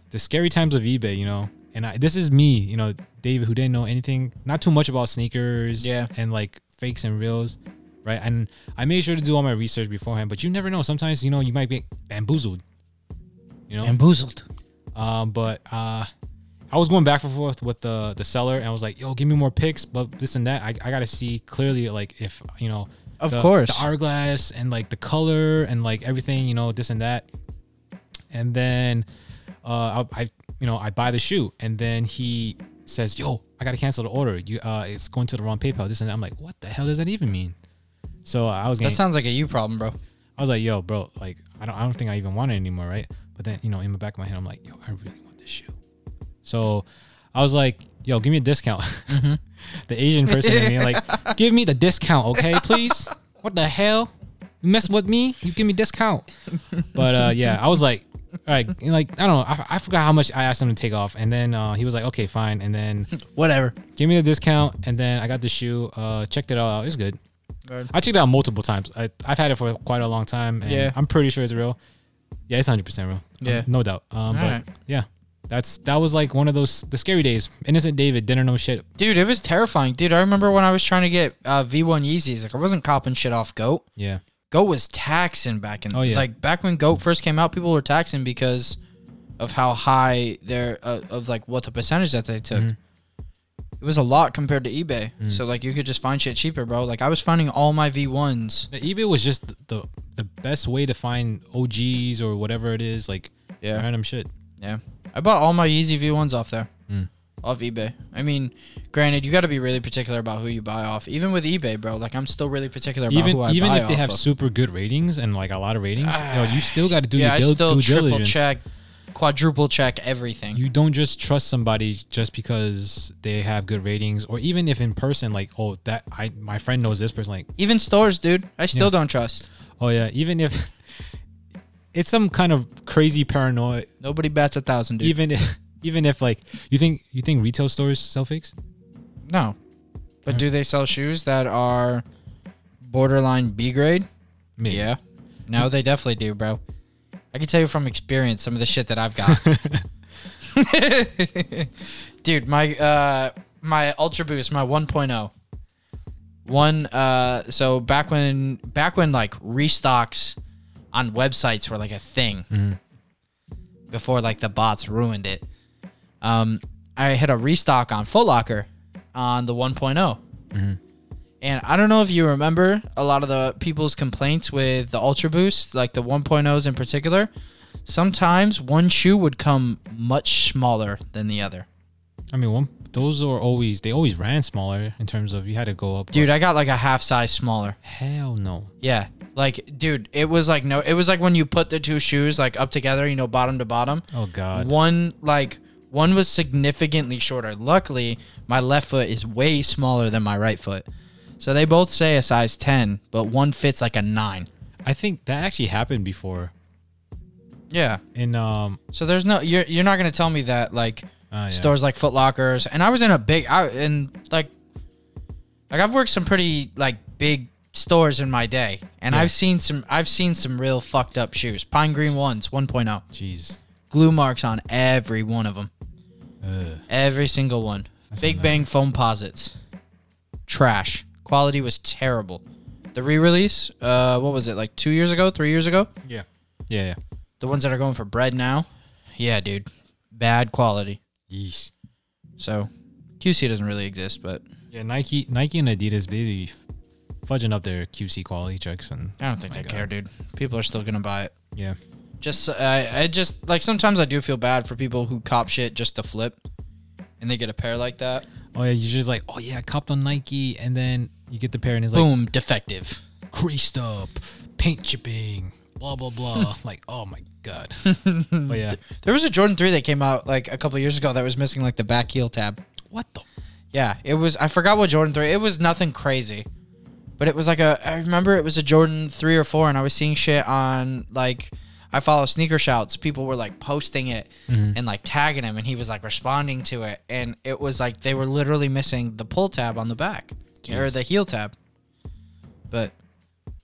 the scary times of eBay, you know. And I, this is me, you know, David, who didn't know anything, not too much about sneakers, Yeah. and like fakes and reels, right? And I made sure to do all my research beforehand, but you never know. Sometimes, you know, you might get bamboozled. You know, Bamboozled. Um, but uh, I was going back and forth with the the seller, and I was like, "Yo, give me more picks," but this and that. I, I gotta see clearly, like if you know, Of the- course. the hourglass and like the color and like everything, you know, this and that. And then, uh, I, I you know I buy the shoe, and then he says, "Yo, I gotta cancel the order. You, uh, it's going to the wrong PayPal." This and that. I'm like, "What the hell does that even mean?" So I was That getting sounds like a you problem, bro. I was like, yo, bro, like I don't I don't think I even want it anymore, right? But then, you know, in the back of my head, I'm like, yo, I really want this shoe. So I was like, yo, give me a discount. Mm-hmm. (laughs) the Asian person in me, (laughs) like, give me the discount, okay, please? What the hell? You mess with me, you give me discount. But uh yeah, I was like, all right, and, like I don't know, I, I forgot how much I asked him to take off, and then uh, he was like, okay, fine, and then (laughs) Whatever. gave me the discount, and then I got the shoe, uh, checked it all out, it's good. I checked it out multiple times. I, I've had it for quite a long time. And Yeah. I'm pretty sure it's real. Yeah, it's hundred percent real. Um, Yeah. no doubt. Um, but Alright. yeah, that's that was like one of those the scary days. Innocent David didn't know shit. Dude, it was terrifying. Dude, I remember when I was trying to get uh, V1 Yeezys. Like, I wasn't copping shit off GOAT. Yeah, Goat was taxing back in Oh, yeah. like back when Goat first came out, people were taxing because of how high their uh, of like what the percentage that they took. Mm-hmm. It was a lot compared to eBay. Mm. So like you could just find shit cheaper, bro. Like I was finding all my V1s. the eBay was just the, the best way to find OGs or whatever it is, like Yeah. random shit. Yeah. I bought all my Yeezy V1s off there. Mm. Off eBay. I mean, granted, you got to be really particular about who you buy off. Even with eBay, bro, like I'm still really particular about Even who I even buy if they off have of. Ah, super good ratings and like a lot of ratings, you, know, you still got to do yeah, your I dil- still due triple diligence. check, quadruple check everything. you don't just trust somebody just because they have good ratings or even if in person like oh that i my friend knows this person like Even stores, dude, I still Yeah. don't trust. oh yeah even if (laughs) it's some kind of crazy paranoia Nobody bats a thousand, dude. even if (laughs) even if like you think you think retail stores sell fakes no, but do they sell shoes that are borderline B grade? Maybe. Yeah, no, they definitely do, bro. I can tell you from experience some of the shit that I've got. dude, my uh, my Ultra Boost, my 1.0. One, uh, so back when back when like restocks on websites were like a thing, Mhm. before like the bots ruined it. Um, I had a restock on Foot Locker on the 1.0. And I don't know if you remember a lot of the people's complaints with the Ultra Boost, like the 1.0s in particular. Sometimes one shoe would come much smaller than the other. i mean one those are always they always ran smaller in terms of you had to go up Dude, I got like a half size smaller. hell no Yeah. Like, dude, it was like no, it was like when you put the two shoes like up together, you know, bottom to bottom. Oh God. One like one was significantly shorter. Luckily, my left foot is way smaller than my right foot. So they both say a size 10, but one fits like a 9. I think that actually happened before. Yeah. In um, So there's no you're you're not going to tell me that like uh, yeah. stores like Foot Lockers and I was in a big I and like like I've worked some pretty like big stores in my day and Yeah. I've seen some I've seen some real fucked up shoes. Pine Green ones 1.0. Jeez. Glue marks on every one of them. Ugh. Every single one. That's Big another- Bang foam posits. Trash. Quality was terrible. The re-release, uh, what was it like two years ago, three years ago? Yeah. Yeah. The ones that are going for bread now. Yeah, dude. Bad quality. Yeah. Yeesh. So QC doesn't really exist, but Yeah. Nike, Nike, and Adidas, baby, fudging up their QC quality checks and I don't think My they God. care, dude. People are still gonna buy it. yeah. Just I, I just like sometimes I do feel bad for people who cop shit just to flip, and they get a pair like that. Oh yeah, you're just like, oh yeah, I copped on Nike, and then you get the pair and it's like Boom, defective. creased up, paint chipping, blah blah (laughs) blah. like, oh my god. but Oh, yeah, There was a Jordan three that came out like a couple years ago that was missing like the back heel tab. what the? Yeah, it was. I forgot what Jordan three. It was nothing crazy, but it was like a. I remember it was a Jordan three or four, and I was seeing shit on like I follow sneaker shouts. People were like posting it and like tagging him, and he was like responding to it, and it was like they were literally missing the pull tab on the back or Jeez. the heel tab. But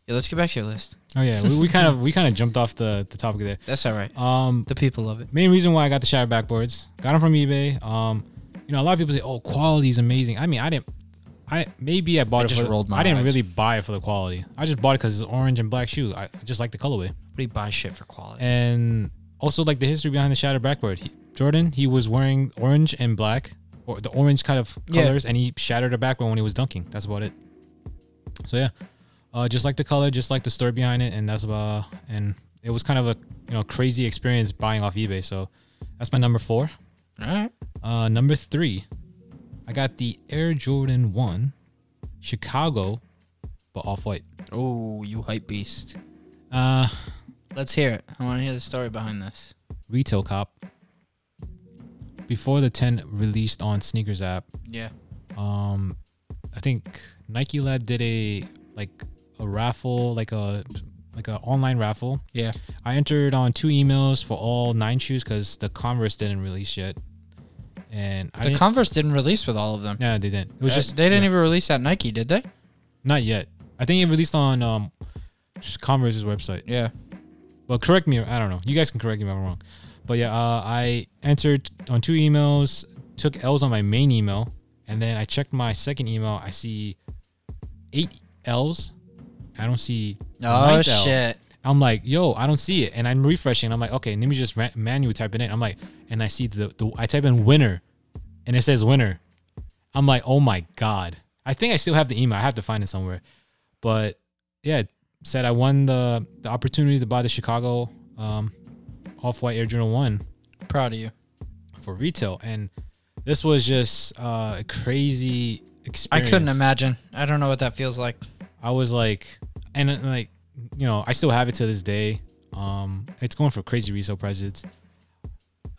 yeah, let's get back to your list. Oh yeah, we, we kind of we kind of jumped off the the topic there. That's all right. Um, The people love it. main reason why I got the shattered backboards, got them from eBay. Um, you know, a lot of people say, "Oh, quality is amazing." I mean, I didn't. I maybe I bought it just for. the- rolled my I didn't eyes. really buy it for the quality. I just bought it because it's orange and black shoe. I I just like the colorway But he buys shit for quality. and also like the history behind the shattered backboard. He, Jordan, he was wearing orange and black, or the orange kind of Yeah. colors, and he shattered a backboard when he was dunking. That's about it. So yeah, uh, just like the color, just like the story behind it, and that's about. And it was kind of a you know crazy experience buying off eBay. So that's my number four. all right. Uh, number three, I got the Air Jordan One, Chicago, but off white. Oh, you hype beast. Uh, Let's hear it. I want to hear the story behind this. Retail Cop. Before the 10 released on Sneakers app, Yeah. um, I think Nike Lab did a like a raffle, like a like a online raffle. Yeah. I entered on two emails for all nine shoes because the Converse didn't release yet, and I The didn't, Converse didn't release with all of them. yeah they didn't. It was Uh, just they didn't yeah, even release that Nike, did they? not yet. I think it released on um just Converse's website. Yeah. But correct me. I don't know. You guys can correct me if I'm wrong. But yeah, uh, I entered on two emails, took L's on my main email, and then I checked my second email. I see eight L's. I don't see. the Oh ninth L. shit. I'm like, yo, I don't see it, and I'm refreshing. I'm like, okay, let me just ran- manually type it in. I'm like, and I see the, the I type in winner, and it says winner. I'm like, oh my god. I think I still have the email. I have to find it somewhere, but yeah, it said I won the the opportunity to buy the Chicago um, off white Air Jordan One Proud of you. for retail, and this was just uh, a crazy I experience. couldn't imagine. I don't know what that feels like. I was like, and uh, like, you know, I still have it to this day. Um, it's going for crazy resale prices,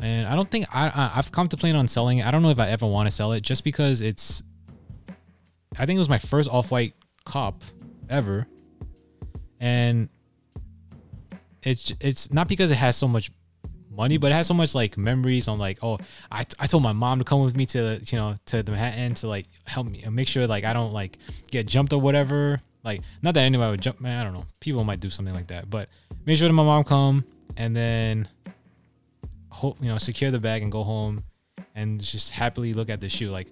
and I don't think I, I I've contemplated on selling it. I don't know if I ever want to sell it, just because it's. I think it was my first off-white cop ever, and it's it's not because it has so much money, but it has so much like memories. I'm like, oh, I, I told my mom to come with me to you know to the Manhattan to like help me and make sure like I don't like get jumped or whatever. Like not that anybody would jump, man. I don't know. People might do something like that, but make sure that my mom come and then hope you know secure the bag and go home and just happily look at the shoe. Like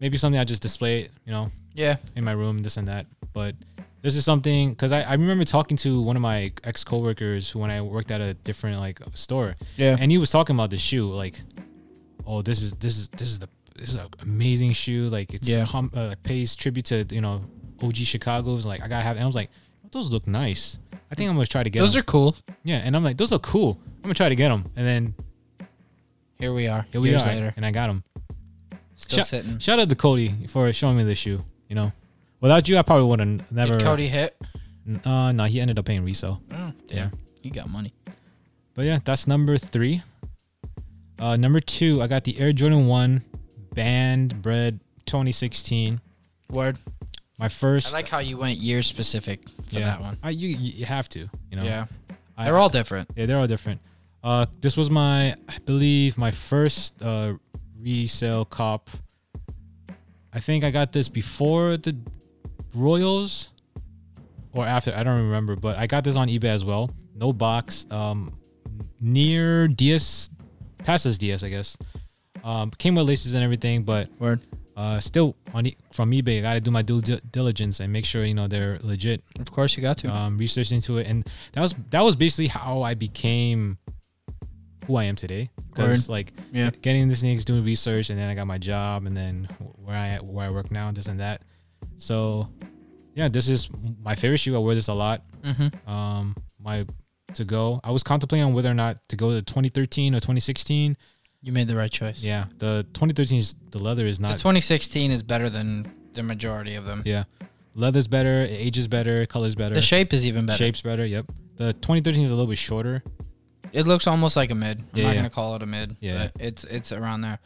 maybe something I just display it, you know, Yeah. in my room, this and that. But this is something because I, I remember talking to one of my ex coworkers who when I worked at a different like store, Yeah. and he was talking about the shoe like, oh this is this is this is the this is an amazing shoe like it's Yeah. hum, uh, like pays tribute to you know OG Chicago's like I gotta have and I was like those look nice I think I'm gonna try to get Those them. are cool. yeah and I'm like those are cool I'm gonna try to get them and then Here we are. here we years are later. and I got them Still Shut- sitting. shout out to Cody for showing me the shoe you know without you I probably would have never Did Cody hit? N- Uh, no, he ended up paying resale. Oh, Yeah. yeah. You got money. But yeah, that's number three. Uh, number two, I got the Air Jordan One Band Bread 2016. Word. My first. I like how you went year specific for yeah, that one. I, you you have to, you know. Yeah. I- They're all different. Yeah, they're all different. Uh, this was my, I believe, my first uh, resale cop. I think I got this before the Royals or after. I don't remember, but I got this on eBay as well. No box. Um, near DS, passes DS, I guess. Um, came with laces and everything, but Word. uh, still on e- from eBay, I got to do my due di- diligence and make sure you know they're legit Of course you got to. um, researched into it, and that was that was basically how I became who I am today. Because like Yeah. getting these things, doing research, and then I got my job, and then wh- where I where I work now, this and that. So yeah, this is my favorite shoe. I wear this a lot. Mm-hmm. Um, my to go. I was contemplating on whether or not to go to 2013 or 2016. You made the right choice. Yeah, the 2013 is the leather is The not 2016 is better than the majority of them. yeah. Leather's better, it ages better, colors better, The shape is even better. shapes better. Yep. The 2013 is a little bit shorter. It looks almost like a mid. I'm Yeah, not yeah. gonna call it a mid. Yeah. but it's it's around there.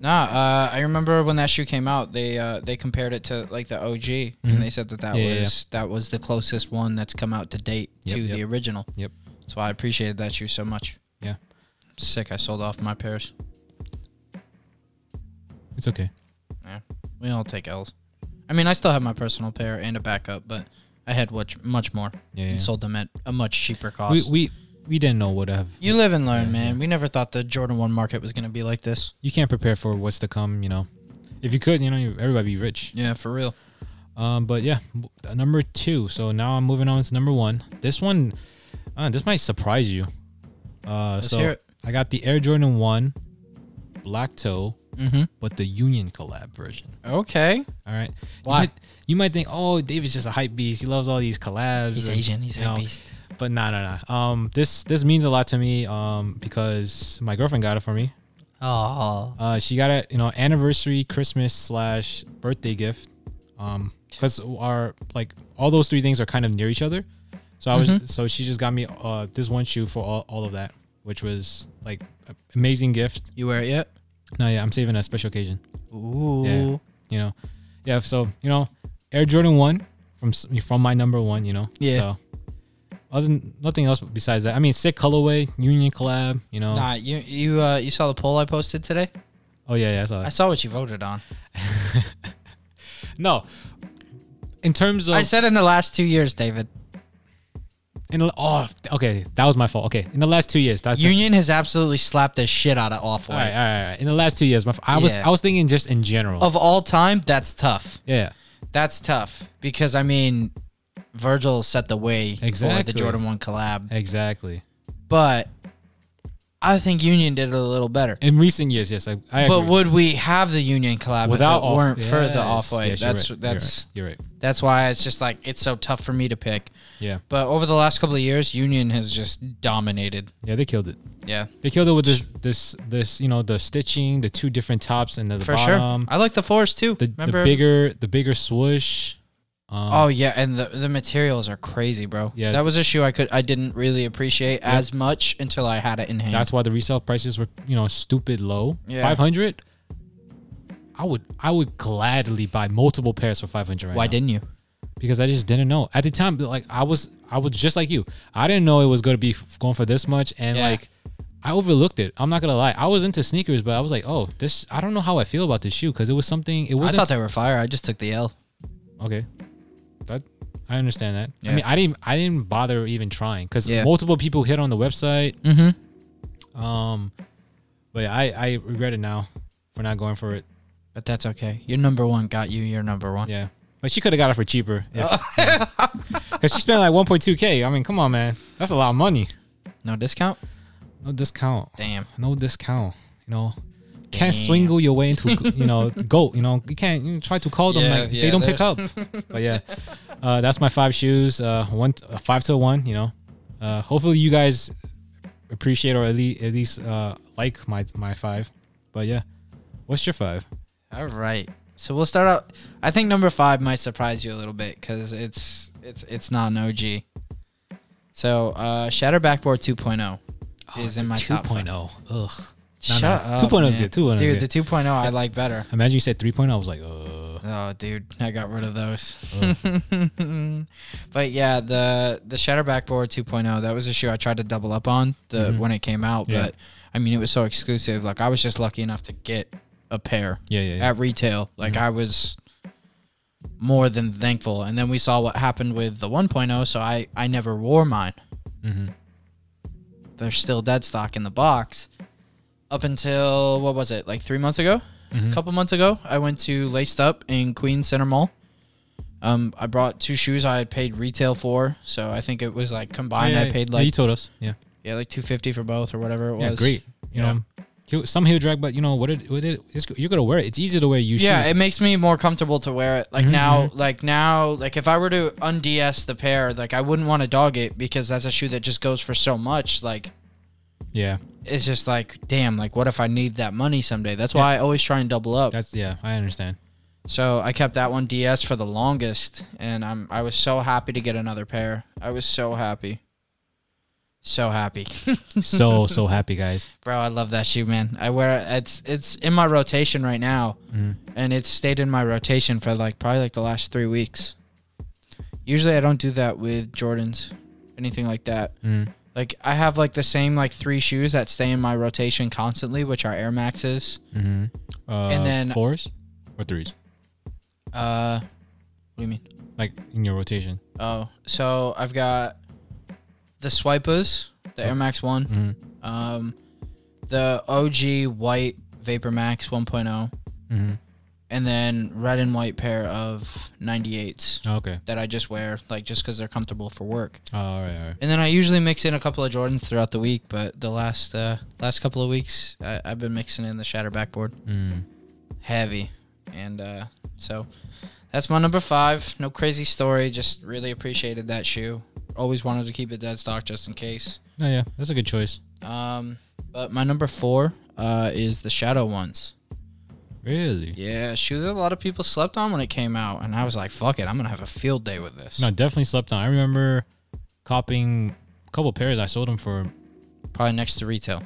Nah, uh, I remember when that shoe came out. They uh, they compared it to like the OG, Mhm. and they said that that Yeah, yeah, was that was the closest one that's come out to date Yep, to the yep. original. Yep. That's why I appreciated that shoe so much. Yeah. Sick. I sold off my pairs. It's okay. We all take L's. I mean, I still have my personal pair and a backup, but I had much much more Yeah. and sold them at a much cheaper cost. we, we we didn't know what have you live and learn, Yeah, man. We never thought the Jordan One market was gonna be like this. you can't prepare for what's to come. You know, if you could, you know, you- everybody be rich. Yeah, for real. Um, but yeah, m- number two. So now I'm moving on to number one. This one, uh, this might surprise you. Uh, Let's so hear it. I got the Air Jordan One, black toe, Mm-hmm. but the Union collab version. Okay. All right. Why? You might, you might think, oh, David's just a hype beast. He loves all these collabs. He's and, Asian. He's you know, a beast. But no, no, no. Um, this this means a lot to me. Um, because my girlfriend got it for me. Oh, Uh, she got a you know anniversary, Christmas slash birthday gift. Um, because our like all those three things are kind of near each other. So I was Mhm. so she just got me uh this one shoe for all, all of that, which was like a- amazing gift. you wear it yet? No, yeah, I'm saving a special occasion. Ooh. You know, yeah. So you know, Air Jordan one from s- from my number one. You know, Yeah. So other than nothing else besides that, I mean, sick colorway, Union collab. You know, Nah, you you uh you saw the poll I posted today? oh yeah, yeah. I saw I that. saw what you voted on. No, in terms of I said in the last two years, David. In the, oh, okay, that was my fault. Okay, in the last two years, that's Union has absolutely slapped the shit out of off the, all, right, all white. right, all right. In the last two years, my, f- I was Yeah. I was thinking just in general. Of all time, that's tough. yeah, That's tough. Because I mean Virgil set the way for Exactly. the Jordan 1 collab. exactly. But I think Union did it a little better. In recent years, yes, I, I But agree. would we have the Union collab if it Off- weren't for yes, the off white? yes, you're that's right, that's you're right, That's why it's just like it's so tough for me to pick. you're right. But over the last couple of years, Union has just dominated. Yeah, yeah, they killed it. Yeah, They killed it with this this this you know the stitching, the two different tops and the, the for bottom, sure. I like the fours too. the, Remember? the bigger the bigger swoosh. Um, oh yeah, and the the materials are crazy, bro. Yeah. Yeah, that was a shoe I could I didn't really appreciate as much until I had it in hand. That's why the resale prices were, you know, stupid low. Yeah. Five hundred. I would, I would gladly buy multiple pairs for five hundred. Right why now. didn't you? Because I just didn't know at the time. Like I was, I was just like you. I didn't know it was going to be f- going for this much, and Yeah. like, I overlooked it. I'm not gonna lie. I was into sneakers, but I was like, oh, this. I don't know how I feel about this shoe because it was something. It I wasn't. thought they were fire. I just took the L. okay. That I understand that. I Yeah. mean, I didn't, I didn't bother even trying because Yeah. multiple people hit on the website. Mm-hmm. Um, but yeah, I I regret it now for not going for it. But that's okay. Your number one got you. Your number one. Yeah, but she could have got it for cheaper. Oh. (laughs) Because she spent like 1.2k. I mean, come on, man, that's a lot of money. No discount. No discount. Damn. No discount. You know, can't Damn. swingle your way into (laughs) you know goat. You know, you can't you try to call them Yeah, like they yeah, don't pick up. there's- But yeah, uh, that's my five shoes. Uh, one uh, five to one. You know, uh, hopefully you guys appreciate or at least at least uh like my my five. But yeah, what's your five? All right. So we'll start out. I think number five might surprise you a little bit because it's it's it's not an OG. So uh, Shatter Backboard 2.0 Oh, is in my top. five. 2.0. oh. Ugh. Shut no, up. 2.0 is man. good, 2.0 is Dude, good. the 2.0 I like better. Imagine you said 3.0. I was like, uh. Oh, dude, I got rid of those. (laughs) but yeah, the the Shatter Backboard 2.0 that was a shoe I tried to double up on the Mhm. when it came out, Yeah. but I mean it was so exclusive. Like I was just lucky enough to get a pair Yeah, yeah, yeah. at retail. Like Mhm. I was more than thankful. And then we saw what happened with the 1.0, so I I never wore mine. Mm-hmm. They're still dead stock in the box. Up until what was it? Like three months ago. Mhm. A couple months ago, I went to Laced Up in Queens Center Mall. Um, I brought two shoes I had paid retail for, so I think it was like combined. yeah, I paid yeah, like you told us. Yeah. yeah, like two fifty for both or whatever it was. Yeah, great. You Yeah. know, he'll, some heel drag, but you know what? It, what it, it's, you're gonna wear it. It's easier to wear. You Yeah, shoes. it makes me more comfortable to wear it. Like Mhm, now, like now, like if I were to unds the pair, like I wouldn't want to dog it because that's a shoe that just goes for so much. Like yeah. it's just like, damn, like what if I need that money someday? That's why I always try and double up. That's yeah. I understand. (laughs) So I kept that one DS for the longest, and I'm I was so happy to get another pair. I was so happy, so happy, So so happy, guys. bro. I love that shoe, man. I wear it. it's it's in my rotation right now, Mhm. and it's stayed in my rotation for like probably like the last three weeks. Usually I don't do that with Jordans, anything like that. Mm. Like I have like the same like three shoes that stay in my rotation constantly, which are Air Maxes. Mm-hmm. Uh, And then- fours or threes, Uh, what do you mean? like in your rotation. Oh, so I've got the Swipers, the Air Max One, Mm-hmm. um, the OG white Vapor Max 1.0, Mm-hmm. and then red and white pair of 98s Oh, okay. that I just wear like just because they're comfortable for work. Oh, all right. All right. And then I usually mix in a couple of Jordans throughout the week, but the last uh, last couple of weeks I, I've been mixing in the Shatter Backboard Mm. heavy, and uh, so that's my number five. No crazy story. Just really appreciated that shoe. Always wanted to keep it dead stock just in case. Oh yeah, that's a good choice. Um, but my number four uh, is the Shadow ones. Really? Yeah, shoe that a lot of people slept on when it came out, and I was like, "Fuck it, I'm gonna have a field day with this." No, definitely slept on. I remember copying a couple pairs. I sold them for, Probably next to retail.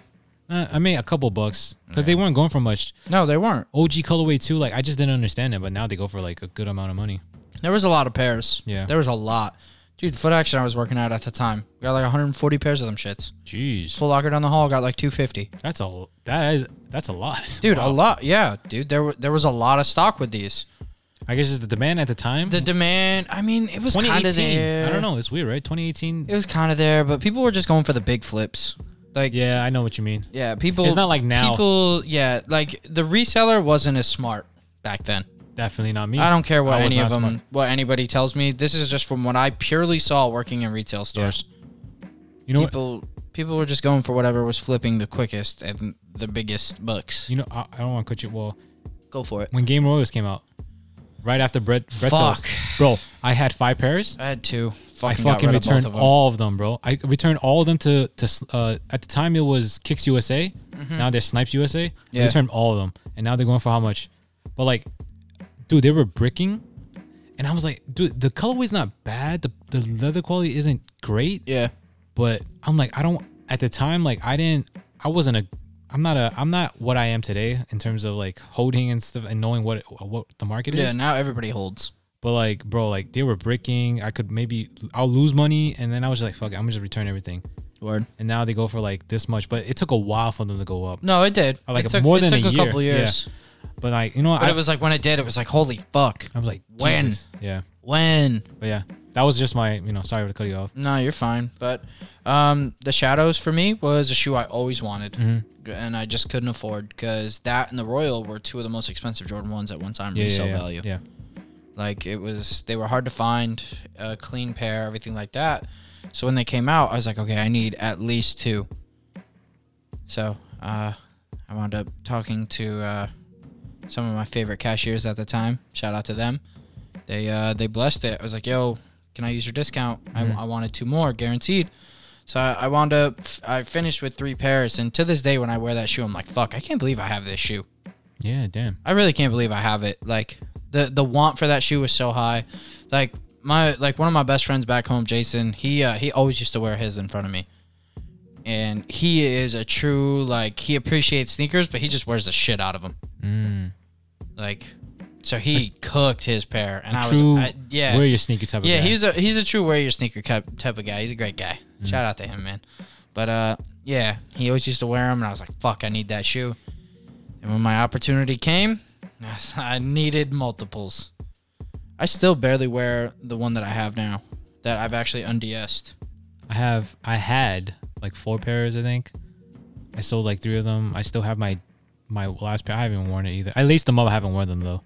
uh, I made a couple bucks because they weren't going for much. No, they weren't. OG colorway too. Like I just didn't understand it, but now they go for like a good amount of money. There was a lot of pairs. Yeah. There was a lot. Dude, Foot Action I was working at at the time. We got like 140 pairs of them shits. Jeez, Full Locker down the hall got like 250. that's a that is that's a lot, Dude, Wow. a lot. Yeah, dude, there were, there was a lot of stock with these. (laughs) I guess it's the demand at the time. The demand, I mean, it was kind of 2018. there. I don't know. It's weird, right? 2018. It was kind of there, but people were just going for the big flips. Like, yeah, Yeah, I know what you mean. people. It's not like now. People, yeah, like the reseller wasn't as smart back then. Definitely not me. I don't care what I was any of them, not smart. what anybody tells me. This is just from what I purely saw working in retail stores. You know what? people, people were just going for whatever was flipping the quickest and the biggest bucks. You know, I, I don't want to cut you. Well, Go for it. when Game Royals came out, right after Brett, Brett's Fuck. bro, I had five pairs. I had two. I Fucking, got fucking rid of both returned of them. all of them, bro. I returned all of them to to uh, at the time it was Kicks USA. Now they're Snipes USA. Mm-hmm. Yeah. I returned all of them, and now they're going for how much? But like, dude, they were bricking, and I was like, dude, the colorway's not bad. The the leather quality isn't great, Yeah. but I'm like, I don't. At the time, like, I didn't. I wasn't a. I'm not a. I'm not what I am today in terms of like holding and stuff and knowing what what the market Yeah, is. now everybody holds. But like, bro, like they were bricking. I could maybe I'll lose money, and then I was just like, fuck, it, I'm gonna just return everything. Word. And now they go for like this much, but it took a while for them to go up. No, it did. I like it it took, more it than took a a, year, couple yeah. years. But like, you know, But I it was like when it did, it was like, holy fuck. I was like, when? Jesus. Yeah, When? but yeah, that was just my, you know, sorry to cut you off. No, you're fine. But um, the Shadows for me was a shoe I always wanted. Mm-hmm. And I just couldn't afford because that and the Royal were two of the most expensive Jordan 1s at one time, Yeah, resale yeah, yeah, value. Yeah, Like it was, they were hard to find, a clean pair, everything like that. So when they came out, I was like, okay, I need at least two. So uh, I wound up talking to uh, some of my favorite cashiers at the time. Shout out to them. They uh, they blessed it. I was like, yo, can I use your discount? Mhm. I, I wanted two more, guaranteed. So I, I wound up, I finished with three pairs. And to this day, when I wear that shoe, I'm like, fuck, I can't believe I have this shoe. yeah, Yeah, damn. I really can't believe I have it. Like the the want for that shoe was so high. Like my like one of my best friends back home, Jason. He uh, he always used to wear his in front of me, and he is a true like he appreciates sneakers, but he just wears the shit out of them. Mm. Like so he cooked his pair, and I was True. I, yeah Wear your sneaker type of yeah guy. Mm-hmm. he's a he's a true wear your sneaker type type of guy. He's a great guy. Shout out to him, man. But uh yeah, he always used to wear them, and I was like, fuck, I need that shoe. And when my opportunity came, (laughs) I s- I needed multiples. I still barely wear the one that I have now that I've actually unds'd. I have I had like four pairs, I think. I sold like three of them. I still have my my last pair. I haven't worn it either. I laced them up. I haven't worn them though.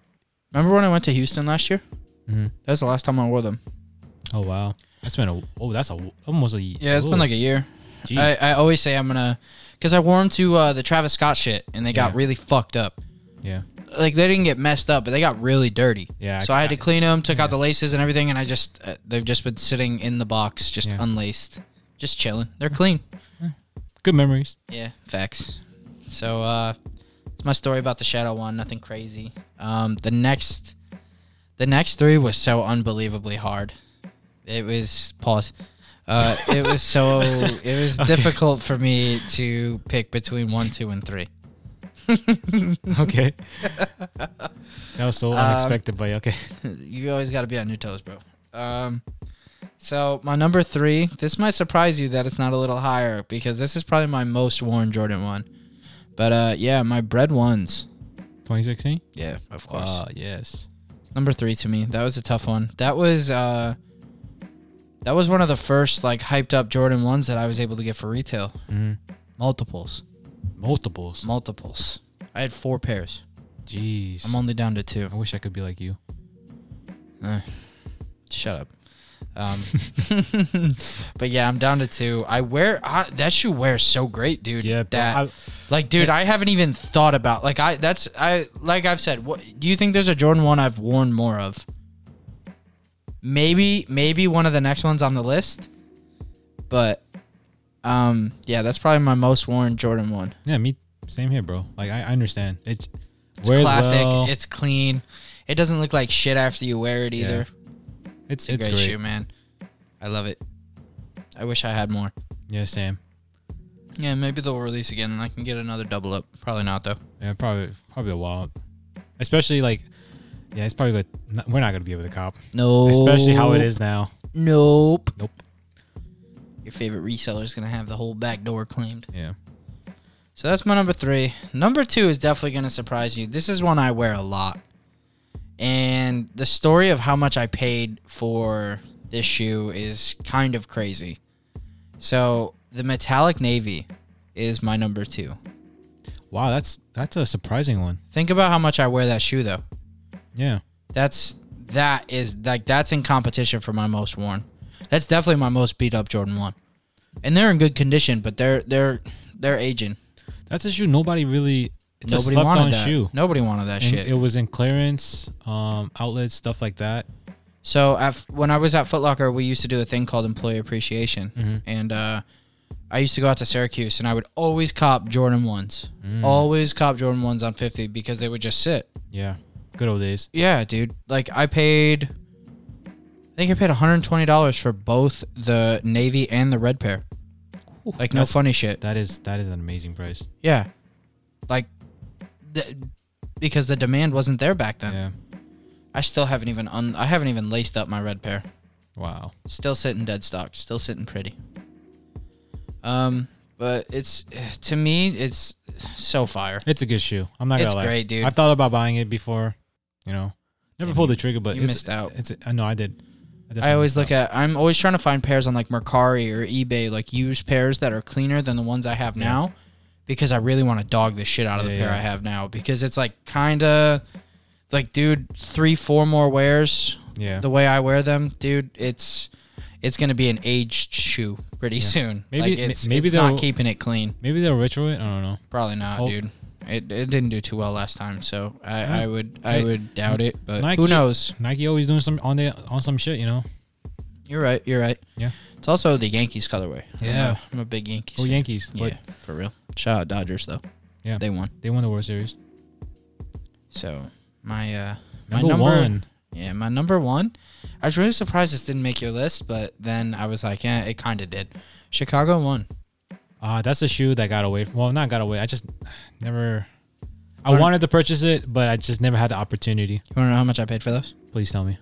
Remember when I went to Houston last year? Mhm. That was the last time I wore them. Oh wow, that's been a oh that's a almost a Yeah, it's it's been like a year. I, I always say I'm gonna, cause I wore them to uh, the Travis Scott shit, and they got Yeah. really fucked up. yeah like they didn't get messed up, but they got really dirty. Yeah, I- So I, had to clean them, took out the laces and everything, and I just uh, they've just been sitting in the box, just Yeah. unlaced, just chilling. They're clean. good memories. (laughs) Yeah, facts. So uh, it's my story about the Shadow One. Nothing crazy. Um, the next, the next three was so unbelievably hard. It was pause. Uh, it was (laughs) so it was difficult for me to pick between one, two, and three. (laughs) okay, that was so Um, unexpected, but okay. (laughs) you always got to be on your toes, bro. Um, so my number three. This might surprise you that it's not a little higher because this is probably my most worn Jordan one. But uh, yeah, my bread ones. 2016. Yeah, of Uh, yes. number three to me. That was a tough one. That was uh, that was one of the first like hyped up Jordan ones that I was able to get for retail. Mhm. Mm-hmm. Multiples, Multiples. multiples. I had four pairs. Jeez. I'm only down to two. I wish I could be like you. Shut up. Um, (laughs) but yeah, I'm down to two. I wear I, that shoe wears so great, dude. that like, dude, I haven't even thought about like I that's I like I've said. What do you think? There's a Jordan one I've worn more of. Maybe maybe one of the next ones on the list, but um yeah, that's probably my most worn Jordan one. yeah, me same here, bro. Like I, I understand it's, It's wears classic. well. It's clean. It doesn't look like shit after you wear it Yeah. either. It's It's a it's great, great. shoe, man. I love it. I wish I had more. Yeah, Sam. Yeah, maybe they'll release again and I can get another double up. Probably not though. Yeah, probably probably a while. Especially like, yeah, it's probably like not, we're not gonna be able to cop. No. Especially how Oh. it is now. Nope. Nope. Your favorite reseller's gonna have the whole back door claimed. Yeah. So that's my number three. Number two is definitely gonna surprise you. This is one I wear a lot. And the story of how much I paid for this shoe is kind of crazy. So the metallic navy is my number two. Wow, that's that's a surprising one. Think about how much I wear that shoe though. Yeah. That's that is like that's in competition for my most worn. That's definitely my most beat up Jordan one. And they're in good condition, but they're they're they're aging. That's a shoe nobody really it's a Nobody slept wanted on that. shoe. Nobody wanted that And shit. It was in clearance, um, outlets, stuff like that. so at, when I was at Foot Locker, we used to do a thing called employee appreciation, Mhm. and uh, I used to go out to Syracuse, and I would always cop Jordan ones, Mm. always cop Jordan ones on fifty because they would just sit. Yeah. Good old days. Yeah, dude. Like I paid, I think I paid one hundred twenty dollars for both the navy and the red pair. Like no That's- funny shit. That is that is an amazing price. Yeah, like th- because the demand wasn't there back then. Yeah. I still haven't even un- I haven't even laced up my red pair. Wow. Still sitting dead stock. Still sitting pretty. Um, but it's to me it's so fire. It's a good shoe. I'm not It's gonna lie. great, dude. I've thought about buying it before, you know. Never Yeah, pulled the trigger, but you it's, missed out. It's I know I did. I always look at. definitely I'm always trying to find pairs on like Mercari or eBay, like used pairs that are cleaner than the ones I have Yeah. now, because I really want to dog the shit out of the Yeah, pair yeah. I have now because it's like kind of like, dude, three, four more wears missed out. Yeah. the way I wear them, dude. It's it's gonna be an aged shoe pretty Yeah. soon. Maybe- Like, ma- it's, maybe it's not they'll- keeping it clean. Maybe they'll retro it. I don't know. Probably not, Oh. dude. It, it didn't do too well last time, so I, Yeah. I would I Hey, would doubt it. But who Nike- knows? Nike always doing some on the on some shit, you know. You're right. You're right. Yeah. It's also the Yankees colorway. I'm a- Yeah. I'm a big Yankees. Oh fan. Yankees, but yeah, for real. Shout out Dodgers though. Yeah. They won. they won the World Series. So my uh my Number, one. yeah my number one. I was really surprised this didn't make your list, but then I was like, yeah, it kind of did. Chicago won. Uh, that's a shoe that got away from, well, not got away. I just never, I Learn- wanted to purchase it, but I just never had the opportunity. You want to know how much I paid for those? Please tell me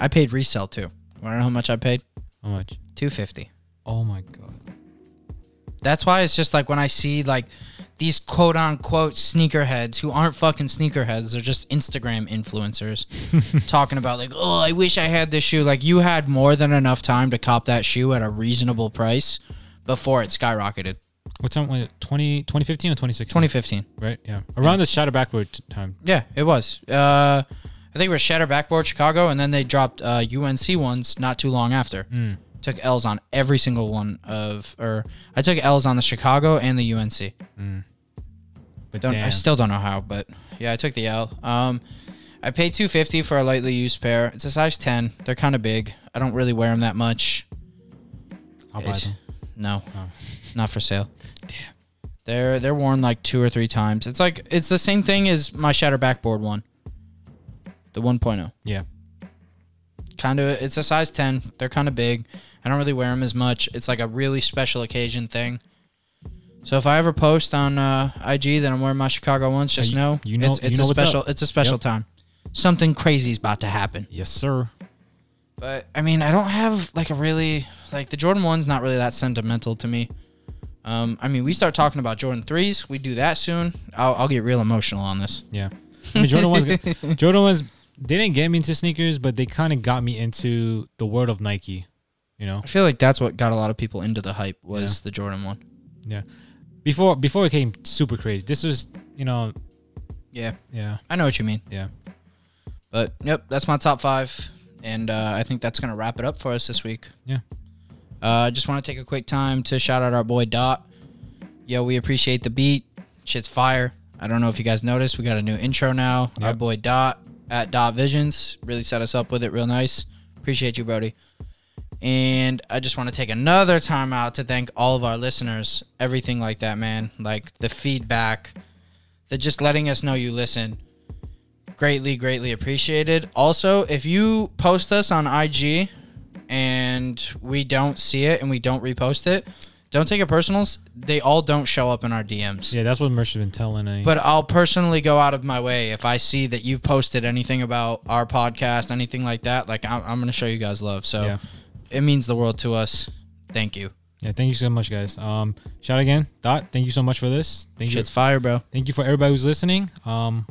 I paid resale too. Want to know how much I paid? how much. Two fifty. Oh my God. That's why it's just like when I see like these quote unquote sneakerheads who aren't fucking sneakerheads, they're just Instagram influencers talking about like, oh, I wish I had this shoe. Like you had more than enough time to cop that shoe at a reasonable price before it skyrocketed. What time was it? 20, 2015 or 2016? 2015. Right? Yeah. Around the shadow backward t- time. Yeah, it was. Uh, I think it was Shatter Backboard Chicago, and then they dropped uh, UNC ones not too long after. Took L's on every single one of, or I took L's on the Chicago and the UNC. But Don't damn. I still don't know how, but yeah, I took the L. Um, I paid two fifty for a lightly used pair. It's a size ten. They're kind of big. I don't really wear them that much. I'll buy It's- them. No, Oh. not for sale. Damn. They're they're worn like two or three times. It's like it's the same thing as my shatter backboard one. The oh. 1.0. Yeah. Kind of it's a size 10. They're kind of big. I don't really wear them as much. It's like a really special occasion thing. So if I ever post on uh, IG that I'm wearing my Chicago ones, just you- know, you know- it's, you it's know a what's up. special it's a special Yep. time. Something crazy's about to happen. Yes, sir. But I mean, I don't have like a really like the Jordan one's not really that sentimental to me. Um, I mean, we start talking about Jordan threes. We do that soon. I'll, I'll get real emotional on this. Yeah. I mean, Jordan ones, (laughs) Jordan ones, they didn't get me into sneakers, but they kind of got me into the world of Nike. You know, I feel like that's what got a lot of people into the hype was the Jordan one. before before it came super crazy. This was, you know, Yeah, yeah, I know what you mean. yeah. But yep, that's my top five, and uh, I think that's gonna wrap it up for us this week. Yeah. Uh, I just want to take a quick time to shout out our boy Dot. Yo, we appreciate the beat. Shit's fire. I don't know if you guys noticed, we got a new intro now. Our Yep. boy Dot at Dot Visions really set us up with it real nice. Appreciate you, Brody. And I just want to take another time out to thank all of our listeners, everything like that, man. Like the feedback, the just letting us know you listen. Greatly, greatly appreciated. Also, if you post us on IG and we don't see it and we don't repost it, don't take it personal. They all don't show up in our DMs. Yeah, that's what Mercer's been telling me. But I'll personally go out of my way if I see that you've posted anything about our podcast, anything like that. Like I'm, I'm going to show you guys love. So Yeah. it means the world to us. Thank you. yeah, thank you so much, guys. Um, shout out again, Dot. Thank you so much for this. Thank you. Shit's fire, bro. Thank you for everybody who's listening. Um,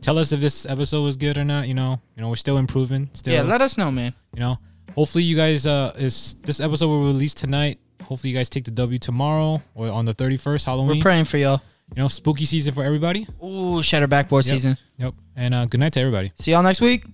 tell us if this episode was good or not. You know, you know, we're still improving. Still, Yeah, let us know, man. you know hopefully you guys uh is this episode will release tonight hopefully you guys take the w tomorrow or on the 31st halloween We're praying for y'all. you know spooky season for everybson Ooh, shatter backboard Yep. season. yep and uh good night to everybody See y'all next week.